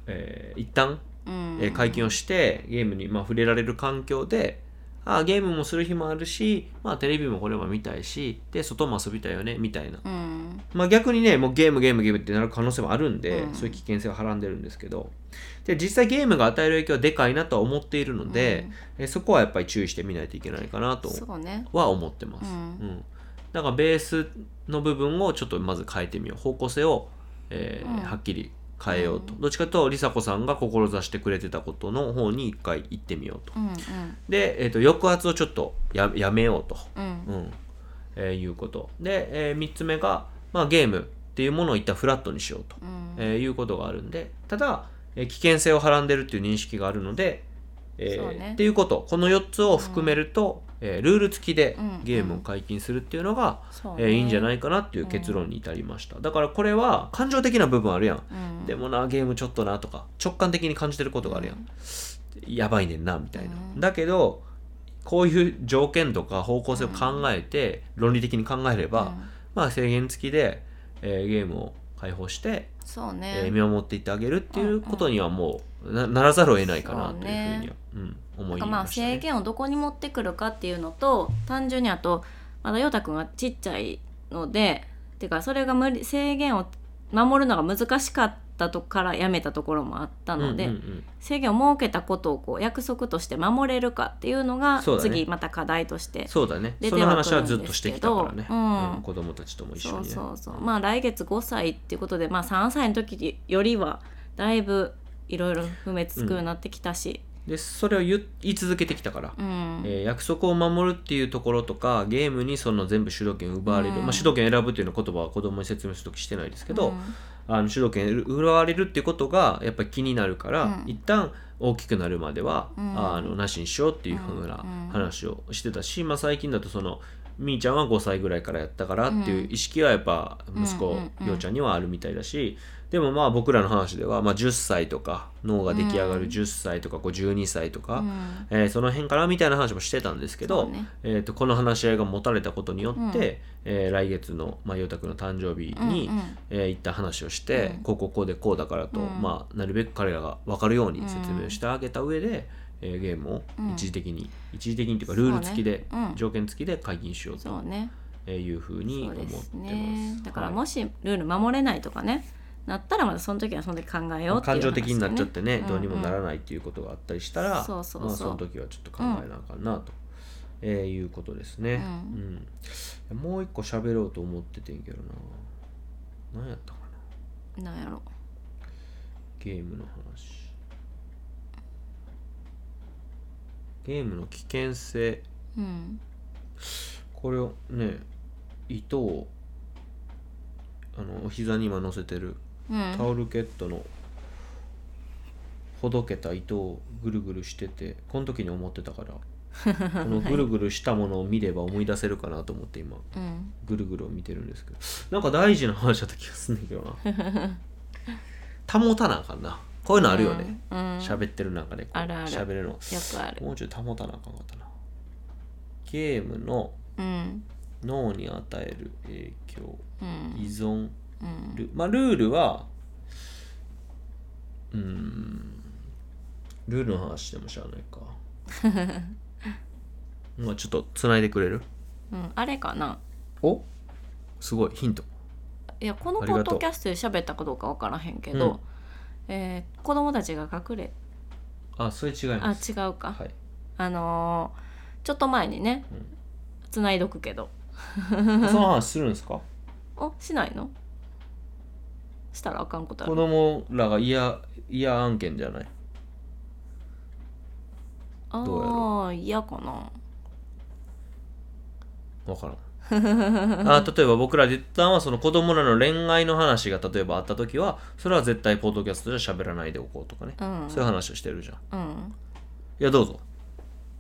Speaker 1: えー一旦、
Speaker 2: うん
Speaker 1: えー解禁をしてゲームにまあ触れられる環境であーゲームもする日もあるし、まあ、テレビもこれも見たいしで外も遊びたいよねみたいな
Speaker 2: うん
Speaker 1: まあ、逆にねもうゲームゲームゲームってなる可能性もあるんで、
Speaker 2: うん
Speaker 1: そういう危険性をはらんでるんですけどで実際ゲームが与える影響はでかいなとは思っているので、えそこはやっぱり注意してみないといけないかなと
Speaker 2: そうね
Speaker 1: は思ってます、
Speaker 2: う
Speaker 1: うんん、だからベースの部分をちょっとまず変えてみよう方向性を、えー
Speaker 2: うん
Speaker 1: はっきり変えようと、
Speaker 2: う
Speaker 1: どっちかというと梨紗子さんが志してくれてたことの方に一回行ってみようと
Speaker 2: うん
Speaker 1: で、えー、と抑圧をちょっとややめようと
Speaker 2: うんうん
Speaker 1: うんえーいうことで、え3つ目が、まあ、ゲームっていうものを一旦フラットにしようと、
Speaker 2: うん
Speaker 1: えーいうことがあるんでただ、えー危険性をはらんでるっていう認識があるので、えー
Speaker 2: そうね
Speaker 1: っていうことこの4つを含めると、えールール付きで
Speaker 2: うん
Speaker 1: ゲームを解禁するっていうのが、
Speaker 2: そう
Speaker 1: えーいいんじゃ
Speaker 2: い、
Speaker 1: ないかなっていう結論に至りました、だからこれは感情的な部分あるやん
Speaker 2: うん、
Speaker 1: でもなゲームちょっとなとか直感的に感じてることがあるやん、やばいねんなみたいな、
Speaker 2: うん
Speaker 1: だけどこういう条件とか方向性を考えて、論理的に考えれば、
Speaker 2: うん
Speaker 1: まあ制限付きで、えーゲームを解放して、
Speaker 2: そうね、
Speaker 1: えー見守っていってあげるっていうことにはもうなならざるを得ないかなというふう
Speaker 2: そう
Speaker 1: に
Speaker 2: ね
Speaker 1: は、うん、思
Speaker 2: なん
Speaker 1: い
Speaker 2: かまあ
Speaker 1: ました、ね
Speaker 2: 制限をどこに持ってくるかっていうのと単純にあとまだ陽太くんがちっちゃいのでてかそれが無理制限を守るのが難しかったとこからやめたところもあったので、
Speaker 1: うんうん
Speaker 2: 制限を設けたことをこう約束として守れるかっていうのが
Speaker 1: そうだね
Speaker 2: 次また課題とし
Speaker 1: う
Speaker 2: て
Speaker 1: んそうだね
Speaker 2: 出て
Speaker 1: そ
Speaker 2: は
Speaker 1: の話はずっとしてきたからね、
Speaker 2: くるんですけどうん
Speaker 1: 子供たちとも一緒
Speaker 2: そ
Speaker 1: に
Speaker 2: う
Speaker 1: ね
Speaker 2: そうそうまあ来月5歳っていうことで、まあ、3歳の時よりはだいぶいろいろ不滅つくようになってきたし、
Speaker 1: でそれを言言い続けてきたから、
Speaker 2: うん
Speaker 1: えー約束を守るっていうところとかゲームにその全部主導権奪われる、
Speaker 2: うん
Speaker 1: まあ、主導権選ぶっていうの言葉は子供に説明するときしてないですけど、
Speaker 2: うん
Speaker 1: あの主導権奪われるっていうことがやっぱり気になるから、
Speaker 2: うん
Speaker 1: 一旦大きくなるまでは、
Speaker 2: うん
Speaker 1: あのなしにしようっていうふうな
Speaker 2: うん
Speaker 1: 話をしてたし、まあ、最近だとそのみーちゃんは5歳ぐらいからやったからっていう意識はやっぱ息子、
Speaker 2: う
Speaker 1: よ
Speaker 2: ん
Speaker 1: う
Speaker 2: うん
Speaker 1: ちゃんにはあるみたいだしでもまあ僕らの話では、まあ、10歳とか脳が出来上が
Speaker 2: う
Speaker 1: る
Speaker 2: ん
Speaker 1: 10歳とかこう12歳とか、
Speaker 2: うん
Speaker 1: えーその辺からみたいな話もしてたんですけ
Speaker 2: そ
Speaker 1: ど、
Speaker 2: うね
Speaker 1: えー、とこの話し合いが持たれたことによって、
Speaker 2: うん
Speaker 1: えー来月の、まあ、陽太くんの誕生日に、
Speaker 2: うんうん
Speaker 1: えー、一旦話をして、
Speaker 2: うん
Speaker 1: こうこうこうでこうだからと、
Speaker 2: うん
Speaker 1: まあ、なるべく彼らが分かるように説明をしてあげた上で、えーゲームを一時的に、一時的にというかルール付きで、
Speaker 2: そうねうん
Speaker 1: 条件付きで解禁しよう
Speaker 2: そ
Speaker 1: と
Speaker 2: うね
Speaker 1: いうふうに思
Speaker 2: そう
Speaker 1: って
Speaker 2: で
Speaker 1: ますす。
Speaker 2: ねだから
Speaker 1: はい
Speaker 2: もしルール守れないとかねなったらまたその時はその時考えようっていう話だね
Speaker 1: 感情的になっちゃってね、どうにもなら
Speaker 2: い
Speaker 1: ないっていうことがあったりしたら、
Speaker 2: そうそうそう
Speaker 1: まあ、その時はちょっと考えなあかんなと、えーいうことですね、うんもう一個喋ろうと思っててんけどな何やったかな
Speaker 2: なんやろ
Speaker 1: ゲームの話ゲームの危険性
Speaker 2: うん
Speaker 1: これをね糸をあのお膝に今乗せてる
Speaker 2: うん
Speaker 1: タオルケットのほどけた糸をぐるぐるしててこの時に思ってたから このぐるぐるしたものを見れば思い出せるかなと思って今
Speaker 2: うん
Speaker 1: ぐるぐるを見てるんですけどなんか大事な話だった気がするんだけど な保たなあかんなこういうのあるよね
Speaker 2: うんうん
Speaker 1: 喋、ってる中でこう
Speaker 2: あるある
Speaker 1: 喋るの
Speaker 2: よくある
Speaker 1: もうちょい保たなあかんかったなゲームの
Speaker 2: うん
Speaker 1: 脳に与える影響
Speaker 2: うん
Speaker 1: 依存
Speaker 2: うん
Speaker 1: ルまあルールはうーんルールの話でもしゃあないか まあちょっとつないでくれる
Speaker 2: うんあれかな
Speaker 1: おすごいヒント
Speaker 2: いやこの
Speaker 1: あ
Speaker 2: ポ
Speaker 1: りが
Speaker 2: ッ
Speaker 1: とう
Speaker 2: ドキャストで喋ったかどうかわからへんけど、えー子供たちが隠れ
Speaker 1: あそれ違い
Speaker 2: あ
Speaker 1: ます
Speaker 2: 違うか、
Speaker 1: はい
Speaker 2: あのーちょっと前にね
Speaker 1: うん
Speaker 2: つないどくけど
Speaker 1: その話するんです か
Speaker 2: おしないのしたらあかんことあ
Speaker 1: 子
Speaker 2: る
Speaker 1: 供らが嫌嫌案件じゃない
Speaker 2: あ
Speaker 1: どうやろ
Speaker 2: あー嫌かな
Speaker 1: わからんあ例えば僕らで一旦はその子供らの恋愛の話が例えばあった時はそれは絶対ポッドキャストじゃ喋らないでおこうとかね、
Speaker 2: うん
Speaker 1: そういう話をしてるじゃんい
Speaker 2: うん
Speaker 1: やどうぞ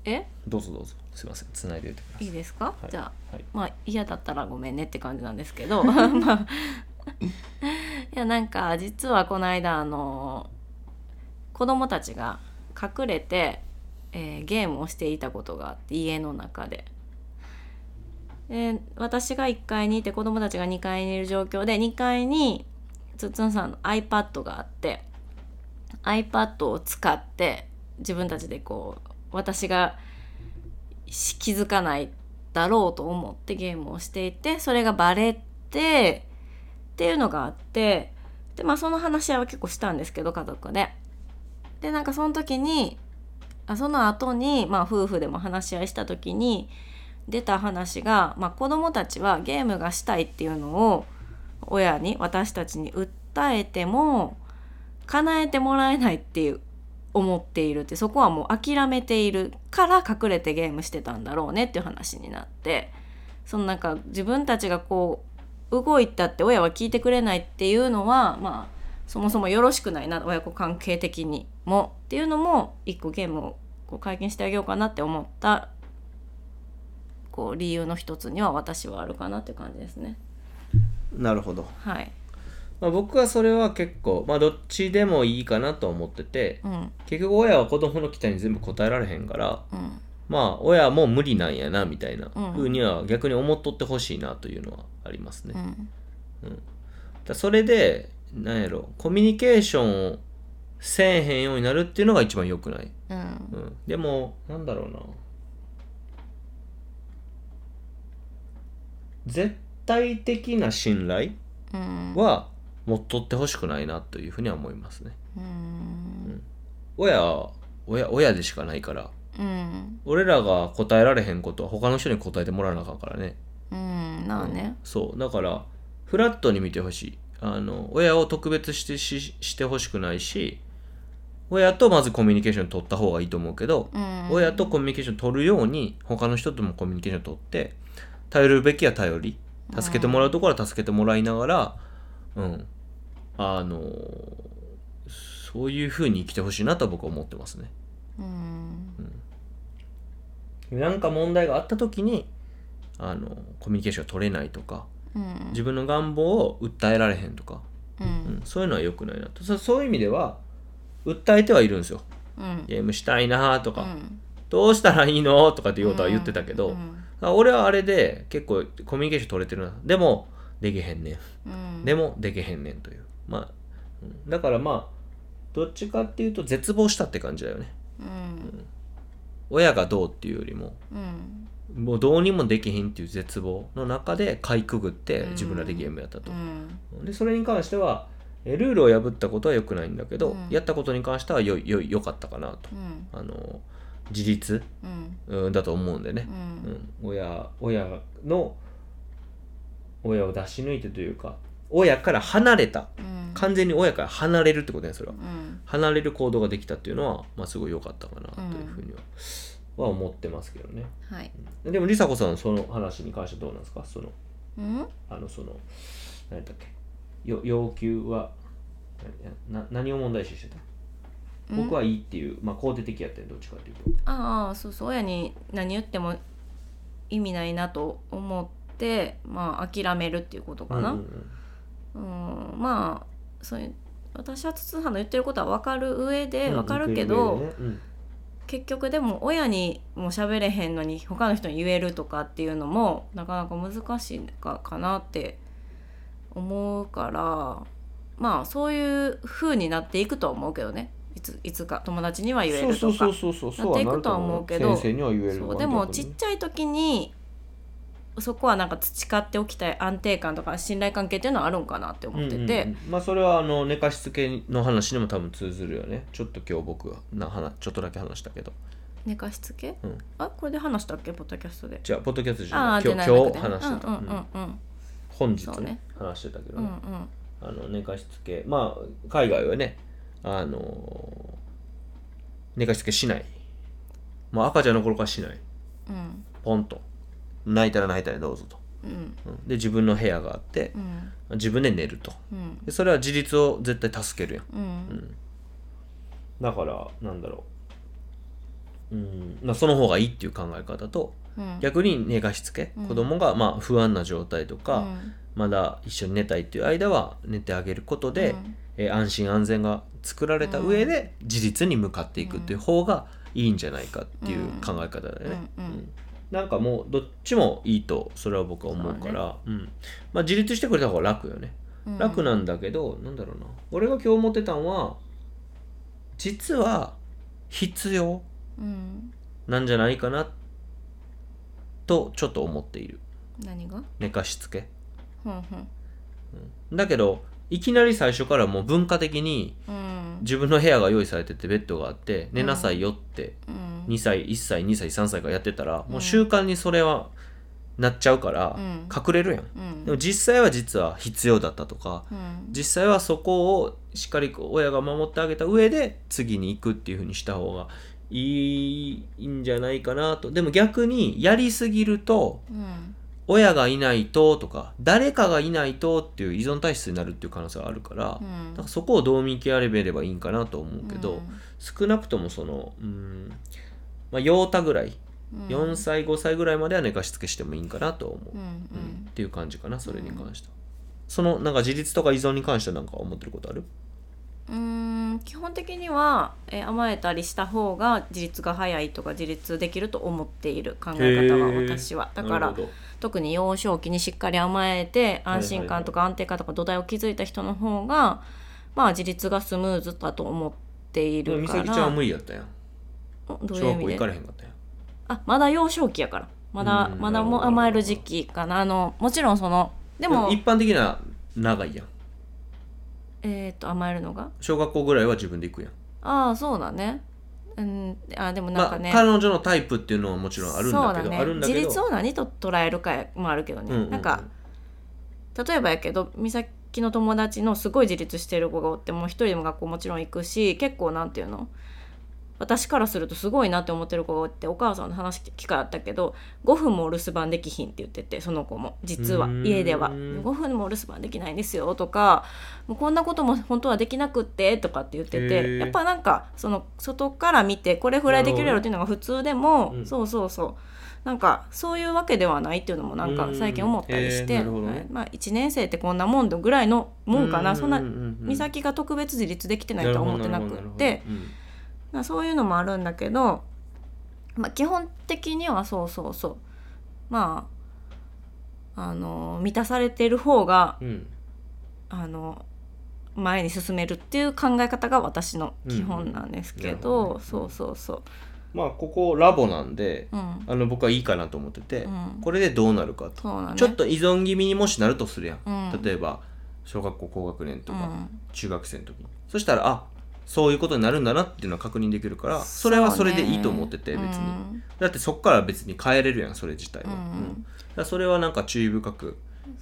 Speaker 2: え
Speaker 1: どうぞどうぞすいませんつないでおいてくださ
Speaker 2: いいですか、
Speaker 1: はい
Speaker 2: じゃあ
Speaker 1: い、はい、
Speaker 2: まあ嫌だったらごめんねって感じなんですけどまあいやなんか実はこの間あの子供たちが隠れて、えーゲームをしていたことがあって家の中で。で私が1階にいて子供たちが2階にいる状況で2階につっつんさんの iPad があって iPad を使って自分たちでこう私がし気づかないだろうと思ってゲームをしていてそれがバレてっていうのがあってでまあその話し合いは結構したんですけど家族で。でなんかその時にあその後にまあ夫婦でも話し合いした時に出た話が、まあ、子供たちはゲームがしたいっていうのを親に私たちに訴えても叶えてもらえないっていう思っているってそこはもう諦めているから隠れてゲームしてたんだろうねっていう話になってそのなんか自分たちがこう動いたって親は聞いてくれないっていうのはまあそもそもよろしくないな親子関係的にもっていうのも一個ゲームをこう解禁してあげようかなって思ったこう理由の一つには私はあるかなっていう感じですね。
Speaker 1: なるほど、
Speaker 2: はい、
Speaker 1: まあ、僕はそれは結構まあどっちでもいいかなと思ってて
Speaker 2: うん
Speaker 1: 結局親は子供の期待に全部応えられへんから
Speaker 2: うん
Speaker 1: まあ親も無理なんやなみたいな
Speaker 2: うん
Speaker 1: ふうには逆に思っとってほしいなというのはありますね、
Speaker 2: う
Speaker 1: だか
Speaker 2: ん
Speaker 1: らそれでなんやろコミュニケーションをせえへんようになるっていうのが一番良くない
Speaker 2: うん
Speaker 1: うん、でもなんだろうな絶対的な信頼
Speaker 2: うん
Speaker 1: は持っとってほしくないなというふうには思いますね
Speaker 2: うん
Speaker 1: 親は親親でしかないから
Speaker 2: うん
Speaker 1: 俺らが答えられへんことは他の人に答えてもらわなあかんからね
Speaker 2: うんなあね。
Speaker 1: そうだからフラットに見てほしいあの親を特別してししてほしくないし親とまずコミュニケーション取った方がいいと思うけど、
Speaker 2: うん
Speaker 1: 親とコミュニケーション取るように他の人ともコミュニケーション取って頼るべきは頼り助けてもらうところは助けてもらいながらうんあのそういう風に生きてほしいなと僕は思ってますね
Speaker 2: うん
Speaker 1: なんか問題があった時にあのコミュニケーションが取れないとか
Speaker 2: うん
Speaker 1: 自分の願望を訴えられへんとか、
Speaker 2: う
Speaker 1: うんん、そういうのは良くないなとそそういう意味では訴えてはいるんですよ
Speaker 2: うん
Speaker 1: ゲームしたいなとか、
Speaker 2: うん
Speaker 1: どうしたらいいのとかっていうことは言ってたけど、
Speaker 2: うん
Speaker 1: あ俺はあれで結構コミュニケーション取れてるなでもできへんねん
Speaker 2: うん
Speaker 1: でもできへんねんというまあうんだからまあどっちかっていうと絶望したって感じだよね
Speaker 2: うん
Speaker 1: 親がどうっていうよりも
Speaker 2: うん
Speaker 1: もうどうにもできへんっていう絶望の中でかいくぐって自分らでゲームやったと
Speaker 2: う、ん
Speaker 1: でそれに関してはえルールを破ったことは良くないんだけど、
Speaker 2: うん
Speaker 1: やったことに関してはよよ良かったかなと
Speaker 2: うん
Speaker 1: あの自立
Speaker 2: うん
Speaker 1: うんだと思うんでね
Speaker 2: う、ん
Speaker 1: うん、親親の親を出し抜いてというか親から離れた
Speaker 2: うん
Speaker 1: 完全に親から離れるってことねそれは
Speaker 2: うん
Speaker 1: 離れる行動ができたっていうのは、まあ、すごい良かったかなというふうには,、は思ってますけどね
Speaker 2: はい
Speaker 1: でも梨紗子さんその話に関してはどうなんですかその
Speaker 2: うん
Speaker 1: あのその何だっけよ要求はなな何を問題視してた僕はいいっていう、まあ、肯定的やったんどっちかっていうと
Speaker 2: ああそうそう親に何言っても意味ないなと思ってまあ諦めるっていうことかな、
Speaker 1: う
Speaker 2: うんん
Speaker 1: うんうん
Speaker 2: まあそういう私は筒葉の言ってることは分かる上で
Speaker 1: うん
Speaker 2: 分かるけ
Speaker 1: 受
Speaker 2: ど、
Speaker 1: け入れるね
Speaker 2: 結局でも親にも喋れへんのに他の人に言えるとかっていうのもなかなか難しいかかなって思うからまあそういう風になっていくとは思うけどねいついつか友達には言えると
Speaker 1: うん、
Speaker 2: か。
Speaker 1: そうそうそうそうそう
Speaker 2: なっていくとは思うけど
Speaker 1: 先生には言える
Speaker 2: そ
Speaker 1: わ
Speaker 2: うでも
Speaker 1: 逆
Speaker 2: ち
Speaker 1: に
Speaker 2: っちゃい時にそこはなんか培っておきたい安定感とか信頼関係っていうのはあるんかなって思ってて、
Speaker 1: うんうんうんまあそれはあの寝かしつけの話にも多分通ずるよねちょっと今日僕はな話ちょっとだけ話したけど
Speaker 2: 寝かしつけ、
Speaker 1: うん
Speaker 2: あこれで話したっけポッドキャストで
Speaker 1: じゃあポッドキャストじゃ
Speaker 2: あ
Speaker 1: な
Speaker 2: あ
Speaker 1: い今
Speaker 2: 出な
Speaker 1: 日
Speaker 2: い中
Speaker 1: 今
Speaker 2: で
Speaker 1: 日話してた、
Speaker 2: うんうんう
Speaker 1: うん
Speaker 2: んうん
Speaker 1: 本日
Speaker 2: そう
Speaker 1: ね
Speaker 2: ね
Speaker 1: 話してたけど
Speaker 2: う
Speaker 1: ね、
Speaker 2: んうん
Speaker 1: あの寝かしつけまあ海外はねあのー寝かしつけしないもう赤ちゃんの頃からしない
Speaker 2: うん
Speaker 1: ポンと泣いたら泣いたらどうぞと、
Speaker 2: うん
Speaker 1: うんで自分の部屋があって
Speaker 2: うん
Speaker 1: 自分で寝ると
Speaker 2: うん
Speaker 1: でそれは自立を絶対助けるやん
Speaker 2: うん
Speaker 1: だからなんだろううん、まあ、その方がいいっていう考え方と
Speaker 2: うん
Speaker 1: 逆に寝かしつけ、
Speaker 2: うん
Speaker 1: 子供がまあ不安な状態とか、
Speaker 2: うん
Speaker 1: まだ一緒に寝たいっていう間は寝てあげることで、
Speaker 2: うん
Speaker 1: えー安心安全が作られた上で自立に向かっていくっていう方がいいんじゃないかっていう考え方だよね。
Speaker 2: うんうん
Speaker 1: なんかもうどっちもいいとそれは僕は思うからうんまあ、自立してくれた方が楽よね。
Speaker 2: うん
Speaker 1: 楽なんだけど、なんだろうな俺が今日思ってたんは実は必要
Speaker 2: うん
Speaker 1: なんじゃないかなとちょっと思っている
Speaker 2: 何が
Speaker 1: 寝かしつけ
Speaker 2: ふんふん
Speaker 1: だけどいきなり最初からもう文化的に
Speaker 2: うん
Speaker 1: 自分の部屋が用意されててベッドがあって寝なさいよって
Speaker 2: うん
Speaker 1: 2歳1歳2歳3歳からやってたらもううん習慣にそれはなっちゃうから
Speaker 2: うん
Speaker 1: 隠れるやん
Speaker 2: うん
Speaker 1: でも実際は実は必要だったとか
Speaker 2: うん
Speaker 1: 実際はそこをしっかり親が守ってあげた上で次に行くっていう風にした方がいいんじゃないかなとでも逆にやりすぎると
Speaker 2: うん
Speaker 1: 親がいないととか誰かがいないとっていう依存体質になるっていう可能性があるから,、
Speaker 2: うん
Speaker 1: だからそこをどう見極めればいいんかなと思うけど、
Speaker 2: うん
Speaker 1: 少なくともそのうんまあ幼太ぐらい
Speaker 2: うん
Speaker 1: 4歳5歳ぐらいまでは寝かしつけしてもいいんかなと思う
Speaker 2: う、んう
Speaker 1: うん
Speaker 2: ん
Speaker 1: っていう感じかなそれに関しては、そのなんか自立とか依存に関してはなんか思ってることある
Speaker 2: うーん基本的には、えー甘えたりした方が自立が早いとか自立できると思っている考え方は
Speaker 1: へー
Speaker 2: 私はだか
Speaker 1: なる
Speaker 2: ら
Speaker 1: ほど
Speaker 2: 特に幼少期にしっかり甘えて安心感とか安定感とか土台を築いた人の方が、まあ自立がスムーズだと思ってい
Speaker 1: でも
Speaker 2: る
Speaker 1: 美
Speaker 2: から
Speaker 1: 咲ちゃんは無理やったやん
Speaker 2: んどうい
Speaker 1: 小
Speaker 2: う
Speaker 1: 学校
Speaker 2: 意
Speaker 1: 行
Speaker 2: 味
Speaker 1: か
Speaker 2: で
Speaker 1: れへんかったやん
Speaker 2: あまだ幼少期やからまだ
Speaker 1: うん
Speaker 2: まだも甘える時期かなあのもちろんそのでも
Speaker 1: 一般的な長いやん
Speaker 2: えーっと甘えるのが
Speaker 1: 小学校ぐらいは自分で行くやん
Speaker 2: ああそうだねうんあでもなんかね、
Speaker 1: まあ、彼女のタイプっていうのはもちろんあるんだけ
Speaker 2: そ
Speaker 1: ど
Speaker 2: うだ
Speaker 1: あ
Speaker 2: ね
Speaker 1: るんだ
Speaker 2: 自
Speaker 1: けど
Speaker 2: 立を何と捉えるかもあるけどね、
Speaker 1: ううう
Speaker 2: なんか例えばやけど美咲きの友達のすごい自立してる子がおってもう一人でも学校もちろん行くし結構なんていうの私からするとすごいなって思ってる子がおってお母さんの話聞く機会あったけど5分もお留守番できひんって言っててその子も実は
Speaker 1: うーん
Speaker 2: 家では5分もお留守番できないんですよとかもうこんなことも本当はできなくってとかって言って
Speaker 1: へ
Speaker 2: て
Speaker 1: ー
Speaker 2: やっぱなんかその外から見てこれぐらいできるやろっていうのが普通でも、
Speaker 1: うん
Speaker 2: そうそうそうなんかそういうわけではないっていうのもなんか最近思ったりし
Speaker 1: うんへー
Speaker 2: て、
Speaker 1: なるほどね
Speaker 2: はいまあ、1年生ってこんなもんどぐらいのもんかな、そんな美
Speaker 1: 咲
Speaker 2: 咲が特別自立できてないとは思ってなくってなそういうのもあるんだけど、まあ、基本的にはそうそうそうまああの満たされてる方が
Speaker 1: うん
Speaker 2: あの前に進めるっていう考え方が私の基本なんですけ
Speaker 1: うんなる
Speaker 2: ど、
Speaker 1: ほどね
Speaker 2: そうそうそう。
Speaker 1: まあここラボなんで
Speaker 2: うん
Speaker 1: あの僕はいいかなと思ってて、
Speaker 2: うん
Speaker 1: これでどうなるかと、
Speaker 2: そうだね、
Speaker 1: ちょっと依存気味にもしなるとするやん、
Speaker 2: うん
Speaker 1: 例えば小学校高学年とか、
Speaker 2: うん
Speaker 1: 中学生の時にそしたらあそういうことになるんだなっていうのは確認できるからそれはそれでいいと思ってて別に、
Speaker 2: そうね
Speaker 1: だってそっから別に変えれるやんそれ自体は、
Speaker 2: うん
Speaker 1: うんだからそれはなんか注意深く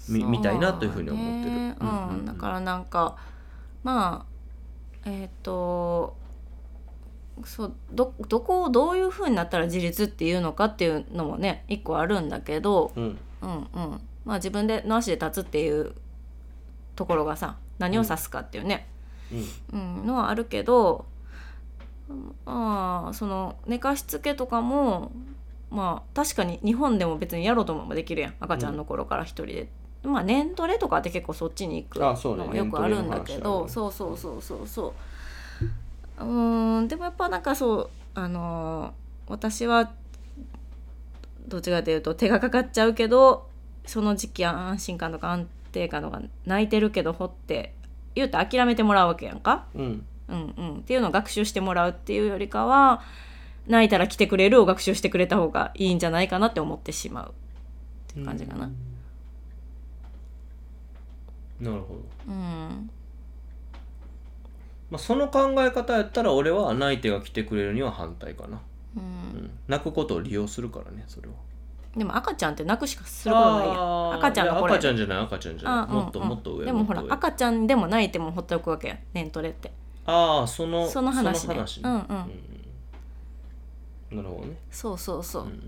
Speaker 1: み
Speaker 2: そう
Speaker 1: みたいなというふうに思ってる
Speaker 2: ね
Speaker 1: う
Speaker 2: うんん
Speaker 1: うんうん
Speaker 2: だからなんかまあえっ、とそうどどこをどういうふうになったら自立っていうのかっていうのもね一個あるんだけど、
Speaker 1: うん
Speaker 2: うんうんまあ、自分での足で立つっていうところがさ何を指すかっていうね、
Speaker 1: うん
Speaker 2: うん、のはあるけどまあその寝かしつけとかもまあ確かに日本でも別にやろうと思えばできるやん赤ちゃんの頃から一人で、まあ年トレとかって結構そっちに行く
Speaker 1: あそうね
Speaker 2: のがよくあるんだけ
Speaker 1: 年トレの話ある
Speaker 2: ど
Speaker 1: ね
Speaker 2: そう,、そうそうそうそううーんでもやっぱなんかそうあのー私はどっちかというと手がかかっちゃうけどその時期安心感とか安定感とか泣いてるけどほって言うと諦めてもらうわけやんか、
Speaker 1: うん
Speaker 2: うんうん、っていうのを学習してもらうっていうよりかは泣いたら来てくれるを学習してくれた方がいいんじゃないかなって思ってしまう。
Speaker 1: って
Speaker 2: 感じかな
Speaker 1: なるほど、
Speaker 2: うん、
Speaker 1: まあ、その考え方やったら俺は泣いてが来てくれるには反対かな、う
Speaker 2: う
Speaker 1: ん
Speaker 2: ん、
Speaker 1: 泣くことを利用するからねそれは
Speaker 2: でも赤ちゃんって泣くしかすることないや
Speaker 1: あ
Speaker 2: ん
Speaker 1: ー
Speaker 2: 赤ちゃんの
Speaker 1: いや
Speaker 2: これ
Speaker 1: 赤ちゃんじゃない赤ちゃんじゃな
Speaker 2: あう
Speaker 1: い
Speaker 2: んうん
Speaker 1: もっともっと上
Speaker 2: でもほ
Speaker 1: っ
Speaker 2: ら
Speaker 1: と上
Speaker 2: 赤ちゃんでも泣いてもほっておくわけやん年トレって
Speaker 1: ああその
Speaker 2: その話ね
Speaker 1: ね
Speaker 2: うんうん
Speaker 1: うんなるほどね、
Speaker 2: そうそうそう、
Speaker 1: うん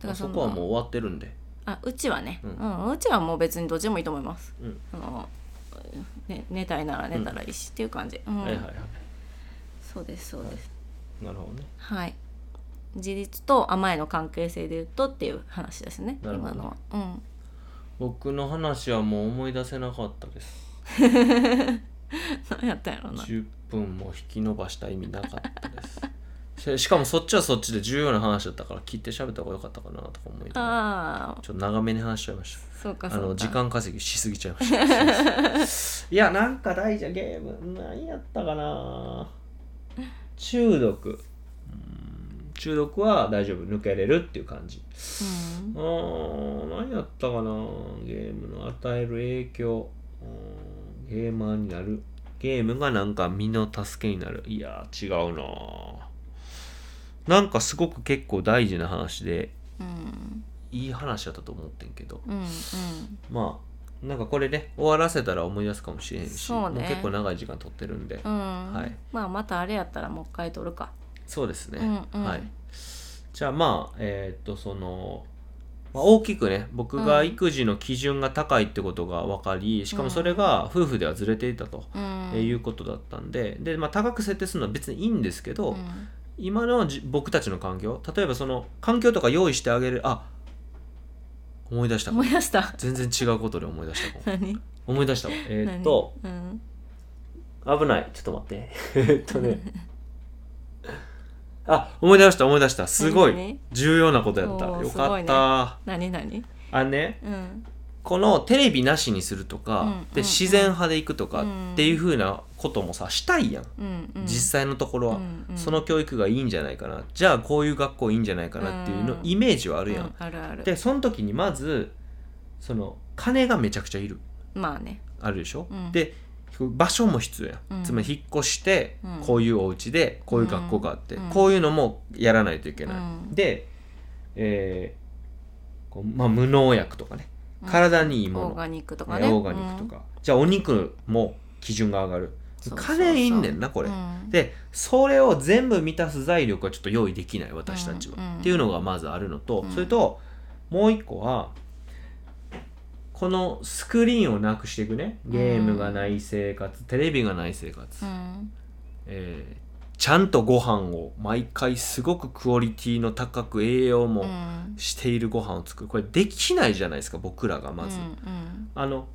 Speaker 2: だ
Speaker 1: まあそこはもう終わってるんで
Speaker 2: あうちはね、
Speaker 1: う
Speaker 2: うんんうちはもう別にどっちでもいいと思います、
Speaker 1: うん
Speaker 2: あのね、寝たいなら寝たらいいし、っていう感じ、うん
Speaker 1: はいはいは
Speaker 2: そうですそうです
Speaker 1: いなるほどね
Speaker 2: はい自立と甘えの関係性で言うとっていう話ですね
Speaker 1: なるほど
Speaker 2: 今のは、うん、
Speaker 1: 僕の話はもう思い出せなかったです
Speaker 2: 何やったんやろな
Speaker 1: 10分も引き伸ばした意味なかったです ししかもそっちはそっちで重要な話だったから聞いて喋った方が良かったかなとか思いながら
Speaker 2: ああ
Speaker 1: ちょっと長めに話しちゃいました
Speaker 2: そうか
Speaker 1: あ
Speaker 2: そうか
Speaker 1: の時間稼ぎしすぎちゃいました いやなんか大事なゲーム何やったかな中毒うん中毒は大丈夫抜けれるっていう感じあ
Speaker 2: うん
Speaker 1: ー何やったかなゲームの与える影響うーんゲーマーになるゲームがなんか身の助けになるいやー違うななんかすごく結構大事な話で
Speaker 2: うん
Speaker 1: いい話だったと思ってんけど
Speaker 2: うん
Speaker 1: まあなんかこれね終わらせたら思い出すかもしれへんし、
Speaker 2: そうね
Speaker 1: も結構長い時間取ってるんで、
Speaker 2: うんうん、
Speaker 1: はい
Speaker 2: まあまたあれやったらもう一回撮るか
Speaker 1: そうですね、
Speaker 2: うんうん
Speaker 1: はいじゃあまあえーっとその、まあ、大きくね僕が育児の基準が高いってことが分かり、しかもそれが夫婦ではずれていたと。
Speaker 2: うん
Speaker 1: えーいうことだったんでで、まあ、高く設定するのは別にいいんですけど、
Speaker 2: うん
Speaker 1: 今のじ僕たちの環境例えばその環境とか用意してあげるあ思い出したかも
Speaker 2: 思い出した
Speaker 1: 全然違うことで思い出したかも
Speaker 2: 何
Speaker 1: 思い出したわえーっと、
Speaker 2: 何
Speaker 1: 危ないちょっと待ってえっとねあ思い出した思い出したすごい
Speaker 2: 何
Speaker 1: 重要なことやった
Speaker 2: おー
Speaker 1: よ
Speaker 2: すご
Speaker 1: か
Speaker 2: い
Speaker 1: っ
Speaker 2: ね
Speaker 1: た、
Speaker 2: うん、 何何
Speaker 1: あのね
Speaker 2: うん
Speaker 1: このテレビなしにするとか、
Speaker 2: うん
Speaker 1: で
Speaker 2: うん
Speaker 1: 自然派でいくとか、
Speaker 2: うん
Speaker 1: っていうふうなこともさしたいやん、
Speaker 2: うんうん
Speaker 1: 実際のところは、
Speaker 2: うんうん
Speaker 1: その教育がいいんじゃないかなじゃあこういう学校いいんじゃないかなっていうの、
Speaker 2: うん
Speaker 1: イメージはあるやん、
Speaker 2: うん、あるある
Speaker 1: でその時にまずその金がめちゃくちゃいる
Speaker 2: まあね
Speaker 1: あるでしょ、
Speaker 2: うん
Speaker 1: で場所も必要やん、
Speaker 2: うん
Speaker 1: つまり引っ越して
Speaker 2: うん
Speaker 1: こういうお家でこういう学校があって、
Speaker 2: うん
Speaker 1: こういうのもやらないといけない、
Speaker 2: うん
Speaker 1: で、えーこうまあ、無農薬とかね
Speaker 2: うん
Speaker 1: 体にいいもの、
Speaker 2: オーガニックとか
Speaker 1: ね
Speaker 2: ね
Speaker 1: オーガニックとか、じゃあお肉も基準が上がる
Speaker 2: そうそうそう
Speaker 1: 金いいんねんなこ
Speaker 2: こ
Speaker 1: れ、でそれを全部満たす財力はちょっと用意できない私たちは、
Speaker 2: うんうん
Speaker 1: っていうのがまずあるのと、
Speaker 2: うん
Speaker 1: それともう一個はこのスクリーンをなくしていくねゲームがない生活、テレビがない生活、
Speaker 2: うん
Speaker 1: えーちゃんとご飯を毎回すごくクオリティの高く栄養
Speaker 2: う
Speaker 1: も
Speaker 2: ん
Speaker 1: しているご飯を作るこれできないじゃないですか僕らがまず、
Speaker 2: うん
Speaker 1: あの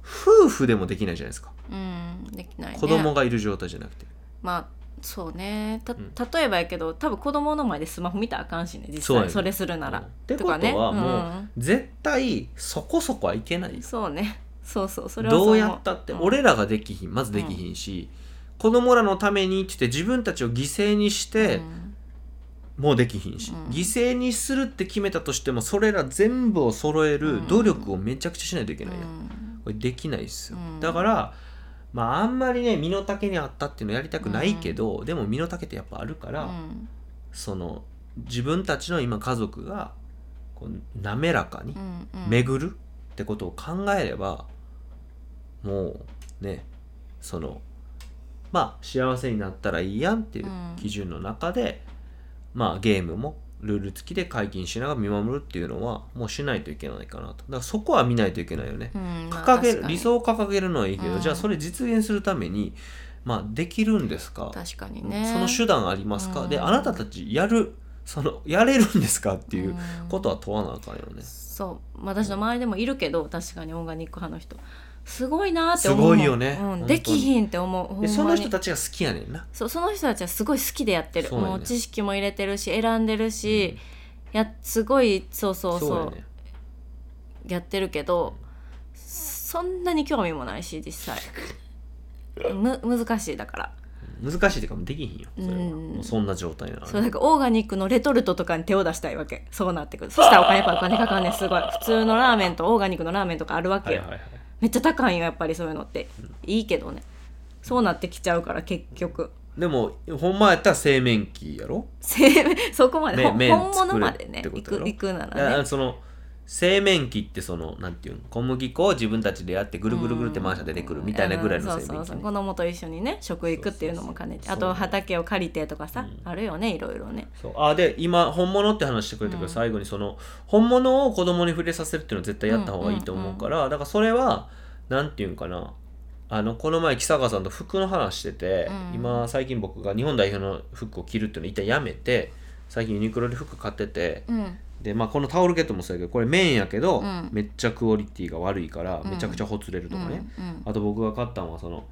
Speaker 1: 夫婦でもできないじゃないですか
Speaker 2: うんうんできないね
Speaker 1: 子供がいる状態じゃなくて、
Speaker 2: まあそうねた
Speaker 1: うん
Speaker 2: 例えばやけど多分子供の前でスマホ見たらあかんしね実
Speaker 1: そうやね
Speaker 2: 際それするなら
Speaker 1: うんってこと
Speaker 2: か
Speaker 1: は
Speaker 2: ね
Speaker 1: もう、
Speaker 2: うん
Speaker 1: 絶対そこそこはいけないです
Speaker 2: そうねそうそうそれはそ
Speaker 1: ど
Speaker 2: 思
Speaker 1: うやったって
Speaker 2: うん
Speaker 1: 俺らができひんまずできひんし、子供らのためにって言って自分たちを犠牲にし
Speaker 2: う
Speaker 1: て、
Speaker 2: ん
Speaker 1: もうできひんし、
Speaker 2: うん
Speaker 1: 犠牲にするって決めたとしてもそれら全部を揃え
Speaker 2: う
Speaker 1: る
Speaker 2: ん
Speaker 1: 努力をめちゃくちゃしないといけないやん、
Speaker 2: うん
Speaker 1: これできないっすよ、
Speaker 2: うん
Speaker 1: だからまああんまりね身の丈にあったっていうのやりたくないけど、でも身の丈ってやっぱあるから、
Speaker 2: うん
Speaker 1: その自分たちの今家族がこう滑らかに
Speaker 2: うんうん
Speaker 1: 巡るってことを考えればもうねそのまあ幸せになったらいいやんっていう
Speaker 2: うん
Speaker 1: 基準の中で、まあゲームもルール付きで解禁しながら見守るっていうのはもうしないといけないかなとだからそこは見ないといけないよね、
Speaker 2: うんまあ
Speaker 1: 掲げ
Speaker 2: 確かに
Speaker 1: 理想を掲げるのはいいけど、
Speaker 2: うん
Speaker 1: じゃあそれ実現するためにまあできるんですか
Speaker 2: 確かにね
Speaker 1: その手段ありますか、
Speaker 2: うん
Speaker 1: であなたたちやるそのやれるんですかっていう
Speaker 2: うん
Speaker 1: ことは問わなあかんよね、
Speaker 2: そう私の周りでもいるけど確かにオーガニック派の人すごいなーって思
Speaker 1: す
Speaker 2: うもん
Speaker 1: ごいよね
Speaker 2: う
Speaker 1: 本当
Speaker 2: ん、
Speaker 1: に
Speaker 2: できひんって思うほんま
Speaker 1: で
Speaker 2: に
Speaker 1: その人たちが好きやねんな
Speaker 2: そうその人たちはすごい好きでやってる
Speaker 1: そうやね
Speaker 2: もう知識も入れてるし選んでるし、やすごいそうそうそう
Speaker 1: やね
Speaker 2: やってるけどそんなに興味もないし 実際む難しいだから
Speaker 1: 難しいっていうかできひんよそれは
Speaker 2: うん
Speaker 1: もうそんな状態なの
Speaker 2: そうだからオーガニックのレトルトとかに手を出したいわけそうなってくるそしたらお金やっぱお金かかんねすごい普通のラーメンとオーガニックのラーメンとかあるわ
Speaker 1: は
Speaker 2: け
Speaker 1: い
Speaker 2: よ、
Speaker 1: はいはい
Speaker 2: めっちゃ高いんよやっぱりそういうのって、いいけどねそうなってきちゃうから結局
Speaker 1: でもほんまやったら製麺機やろ
Speaker 2: せ そこまで
Speaker 1: め
Speaker 2: ほん
Speaker 1: 麺
Speaker 2: 本物
Speaker 1: 作る
Speaker 2: までね
Speaker 1: ってこ
Speaker 2: 行
Speaker 1: とや
Speaker 2: く
Speaker 1: ろ
Speaker 2: 行くな
Speaker 1: だから
Speaker 2: らね
Speaker 1: その製麺機ってそのなんていうの小麦粉を自分たちでやってぐるぐるぐるって回して出てくるみたいなぐらいの
Speaker 2: うん
Speaker 1: 製
Speaker 2: そうそ
Speaker 1: 麺
Speaker 2: う
Speaker 1: 機
Speaker 2: そう
Speaker 1: ね
Speaker 2: 子供と一緒にね食育っていうのも兼ねて
Speaker 1: そうそ
Speaker 2: あ
Speaker 1: うそう
Speaker 2: と畑を借りてとかさ、
Speaker 1: うん
Speaker 2: あるよねいろいろね
Speaker 1: そうあで今本物って話してくれたけど、
Speaker 2: うん
Speaker 1: 最後にその本物を子供に触れさせるっていうのは絶対やった方がいいと思うから、だからそれはなんていうんかなあのこの前木坂さんと服の話してて、
Speaker 2: うん
Speaker 1: 今最近僕が日本代表の服を着るっていうのを一旦やめて最近ユニクロで服買ってて
Speaker 2: うん
Speaker 1: で、まあ、このタオルケットもそうやけどこれ綿やけど、
Speaker 2: うん
Speaker 1: めっちゃクオリティが悪いから
Speaker 2: うん
Speaker 1: めちゃくちゃほつれるとかね、
Speaker 2: うんうん
Speaker 1: あと僕が買ったのはその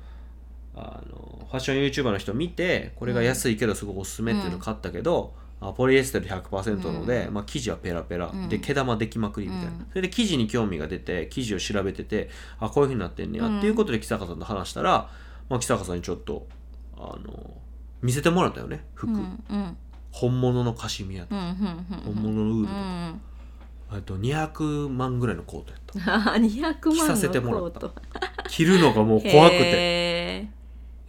Speaker 1: あのファッション YouTuber の人見てこれが安いけどすごいおすすめっていうのを買ったけど、あポリエステル100%ので、まあ、生地はペラペラ、
Speaker 2: うん
Speaker 1: で毛玉できまくりみたいな、
Speaker 2: うん
Speaker 1: それで生地に興味が出て生地を調べててあこういうふうになってんねや、
Speaker 2: うん
Speaker 1: っていうことで木坂さんと話したら、まあ、木坂さんにちょっとあの見せてもらったよね服、
Speaker 2: うんうん
Speaker 1: 本物のカシミヤ
Speaker 2: う
Speaker 1: と
Speaker 2: んうんうん
Speaker 1: 本物のウールと
Speaker 2: う
Speaker 1: か、
Speaker 2: ん
Speaker 1: えっと200万ぐらいのコートや っ
Speaker 2: あ200万の
Speaker 1: 着させてもら
Speaker 2: コー
Speaker 1: った
Speaker 2: ト
Speaker 1: た着るのがもう怖くて。
Speaker 2: て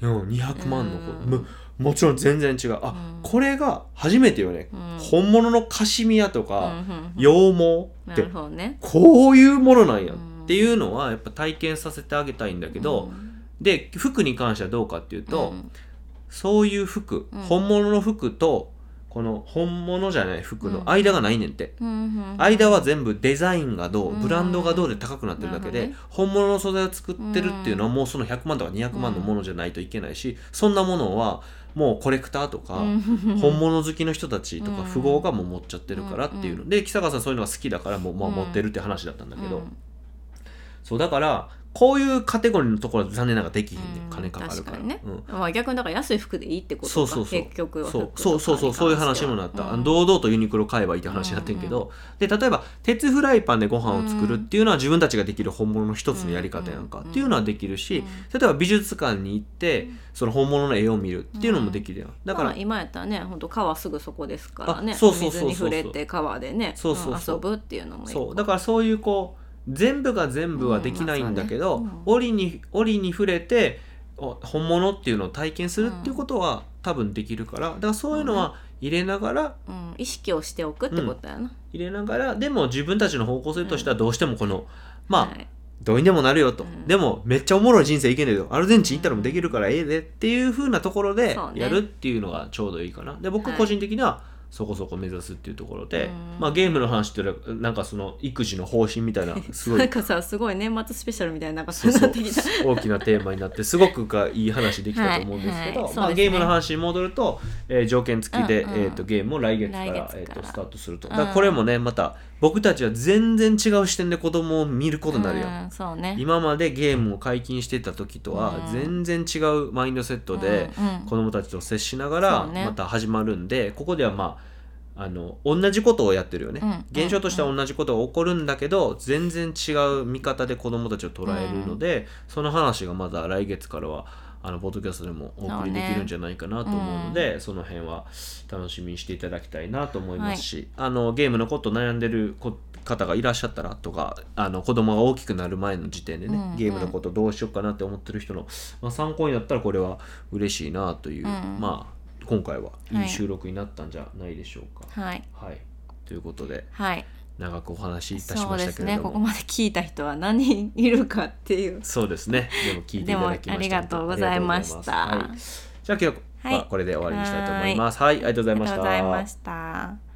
Speaker 1: うん、200万のこ
Speaker 2: う
Speaker 1: と
Speaker 2: ん
Speaker 1: ももちろん全然違うあ、
Speaker 2: うん
Speaker 1: これが初めてよね、
Speaker 2: うん
Speaker 1: 本物のカシミヤと
Speaker 2: う
Speaker 1: か、
Speaker 2: んうんうん
Speaker 1: 羊毛っ
Speaker 2: な
Speaker 1: て
Speaker 2: るほどね
Speaker 1: こういうものなんや、
Speaker 2: うん
Speaker 1: っていうのはやっぱ体験させてあげたいんだけど、
Speaker 2: うん
Speaker 1: で服に関してはどうかっていうと、
Speaker 2: うん
Speaker 1: そういう服、
Speaker 2: うん
Speaker 1: 本物の服とこの本物じゃない服の間がないねんて、
Speaker 2: うんうん
Speaker 1: 間は全部デザインがどう、
Speaker 2: うん
Speaker 1: ブランドがどうで高くなってるだけで、
Speaker 2: なる
Speaker 1: 本物の素材を作ってるっていうのはもうその100万とか200万のものじゃないといけないし、そんなものはもうコレクターとか、本物好きの人たちとか
Speaker 2: うん
Speaker 1: 富豪がもう持っちゃってるからっていうの、で木坂さんそういうのが好きだからもう、まあ、
Speaker 2: うん
Speaker 1: 持ってるって話だったんだけど、そうだからこういうカテゴリーのところは残念ながらできひんね、、
Speaker 2: うんん
Speaker 1: 金かかるから。
Speaker 2: 確かにね
Speaker 1: うん
Speaker 2: まあ逆にだから安い服でいいってことか
Speaker 1: そうそうそう
Speaker 2: 結局
Speaker 1: そ
Speaker 2: は服
Speaker 1: う
Speaker 2: とか
Speaker 1: そうそうそうそういう話にもなった、あの堂々とユニクロ買えばいいって話になってんけど、で例えば鉄フライパンでご飯を作るっていうのは自分たちができる本物の一つのやり方やんか、
Speaker 2: うんうんうん
Speaker 1: っていうのはできるし、
Speaker 2: うん
Speaker 1: 例えば美術館に行ってその本物の絵を見るっていうのもできるやんだ
Speaker 2: だ
Speaker 1: か、
Speaker 2: からら今やったらね本当川すぐそこですからね
Speaker 1: あそうそうそうそう
Speaker 2: 水に触れて川でね
Speaker 1: そうそうそうん
Speaker 2: 遊ぶっていうのもいい
Speaker 1: そうだからそういうこう全部が全部はできないんだけど、
Speaker 2: うんまあそうねうん
Speaker 1: 折に折に触れてお本物っていうのを体験するっていうことは、多分できるからだからそういうのは入れながら、
Speaker 2: うん、意識をしておくってことやな、
Speaker 1: 入れながらでも自分たちの方向性としてはどうしてもこの、まあ、
Speaker 2: はい
Speaker 1: どうにでもなるよと、
Speaker 2: うん
Speaker 1: でもめっちゃおもろい人生いけんねえよアルゼンチン行ったらもできるからええでっていう風なところで
Speaker 2: そうね
Speaker 1: やるっていうのがちょうどいいかなで僕
Speaker 2: はい
Speaker 1: 個人的にはそこそこ目指すっていうところで、
Speaker 2: うん
Speaker 1: まあゲームの話っていうよりはなんかその育児の方針みたいなすご
Speaker 2: なん
Speaker 1: い
Speaker 2: かさすごい年末スペシャルみたいななん か
Speaker 1: そ
Speaker 2: そ
Speaker 1: う
Speaker 2: う
Speaker 1: そ
Speaker 2: な
Speaker 1: う
Speaker 2: ってきた
Speaker 1: 大きなテーマになってすごくがいい話できたと思うんですけど、
Speaker 2: はいは
Speaker 1: ま
Speaker 2: いそうです
Speaker 1: あ、
Speaker 2: ね
Speaker 1: ゲームの話に戻ると、えー条件付きで、
Speaker 2: うんうん
Speaker 1: えー、とゲームを来月から
Speaker 2: 来月から
Speaker 1: えー、とスタートすると
Speaker 2: う
Speaker 1: だ
Speaker 2: ん
Speaker 1: からこれもねまた僕たちは全然違う視点で子供を見ることになるよ、
Speaker 2: うんそうね
Speaker 1: 今までゲームを解禁してた時とは
Speaker 2: うん
Speaker 1: 全然違うマインドセットで
Speaker 2: うんうん
Speaker 1: 子供たちと接しながら
Speaker 2: そうね
Speaker 1: また始まるんでここではまああの同じことをやってるよね
Speaker 2: うん
Speaker 1: 現象としては同じことが起こるんだけど全然違う見方で子供たちを捉えるのでその話がまだ来月からはあのポッドキャストでもお送りできるんじゃないかなと思うのでその辺は楽しみにしていただきたいなと思いますしあのゲームのこと悩んでるこ方がいらっしゃったらとかあの子供が大きくなる前の時点でね、
Speaker 2: うんうん
Speaker 1: ゲームのことどうしようかなって思ってる人の、まあ、参考になったらこれは嬉しいなという、
Speaker 2: うん
Speaker 1: まあ今回はい
Speaker 2: はいい
Speaker 1: 収録になったんじゃないでしょうか。
Speaker 2: はい
Speaker 1: はい、ということで
Speaker 2: はい
Speaker 1: 長くお話しいたし
Speaker 2: そ
Speaker 1: ま
Speaker 2: う
Speaker 1: し
Speaker 2: で
Speaker 1: たけ
Speaker 2: す
Speaker 1: れ
Speaker 2: ね
Speaker 1: ど
Speaker 2: こ
Speaker 1: も
Speaker 2: こまで聞いた人は何人いるかっていう
Speaker 1: そうですね。でも聞いていただきました。
Speaker 2: でもありがとうございました
Speaker 1: はいじゃあ今日はこれで終わりにしたいと思います。はい、ありがとうござい
Speaker 2: あり
Speaker 1: ま
Speaker 2: が
Speaker 1: し
Speaker 2: とう
Speaker 1: た。
Speaker 2: ございました。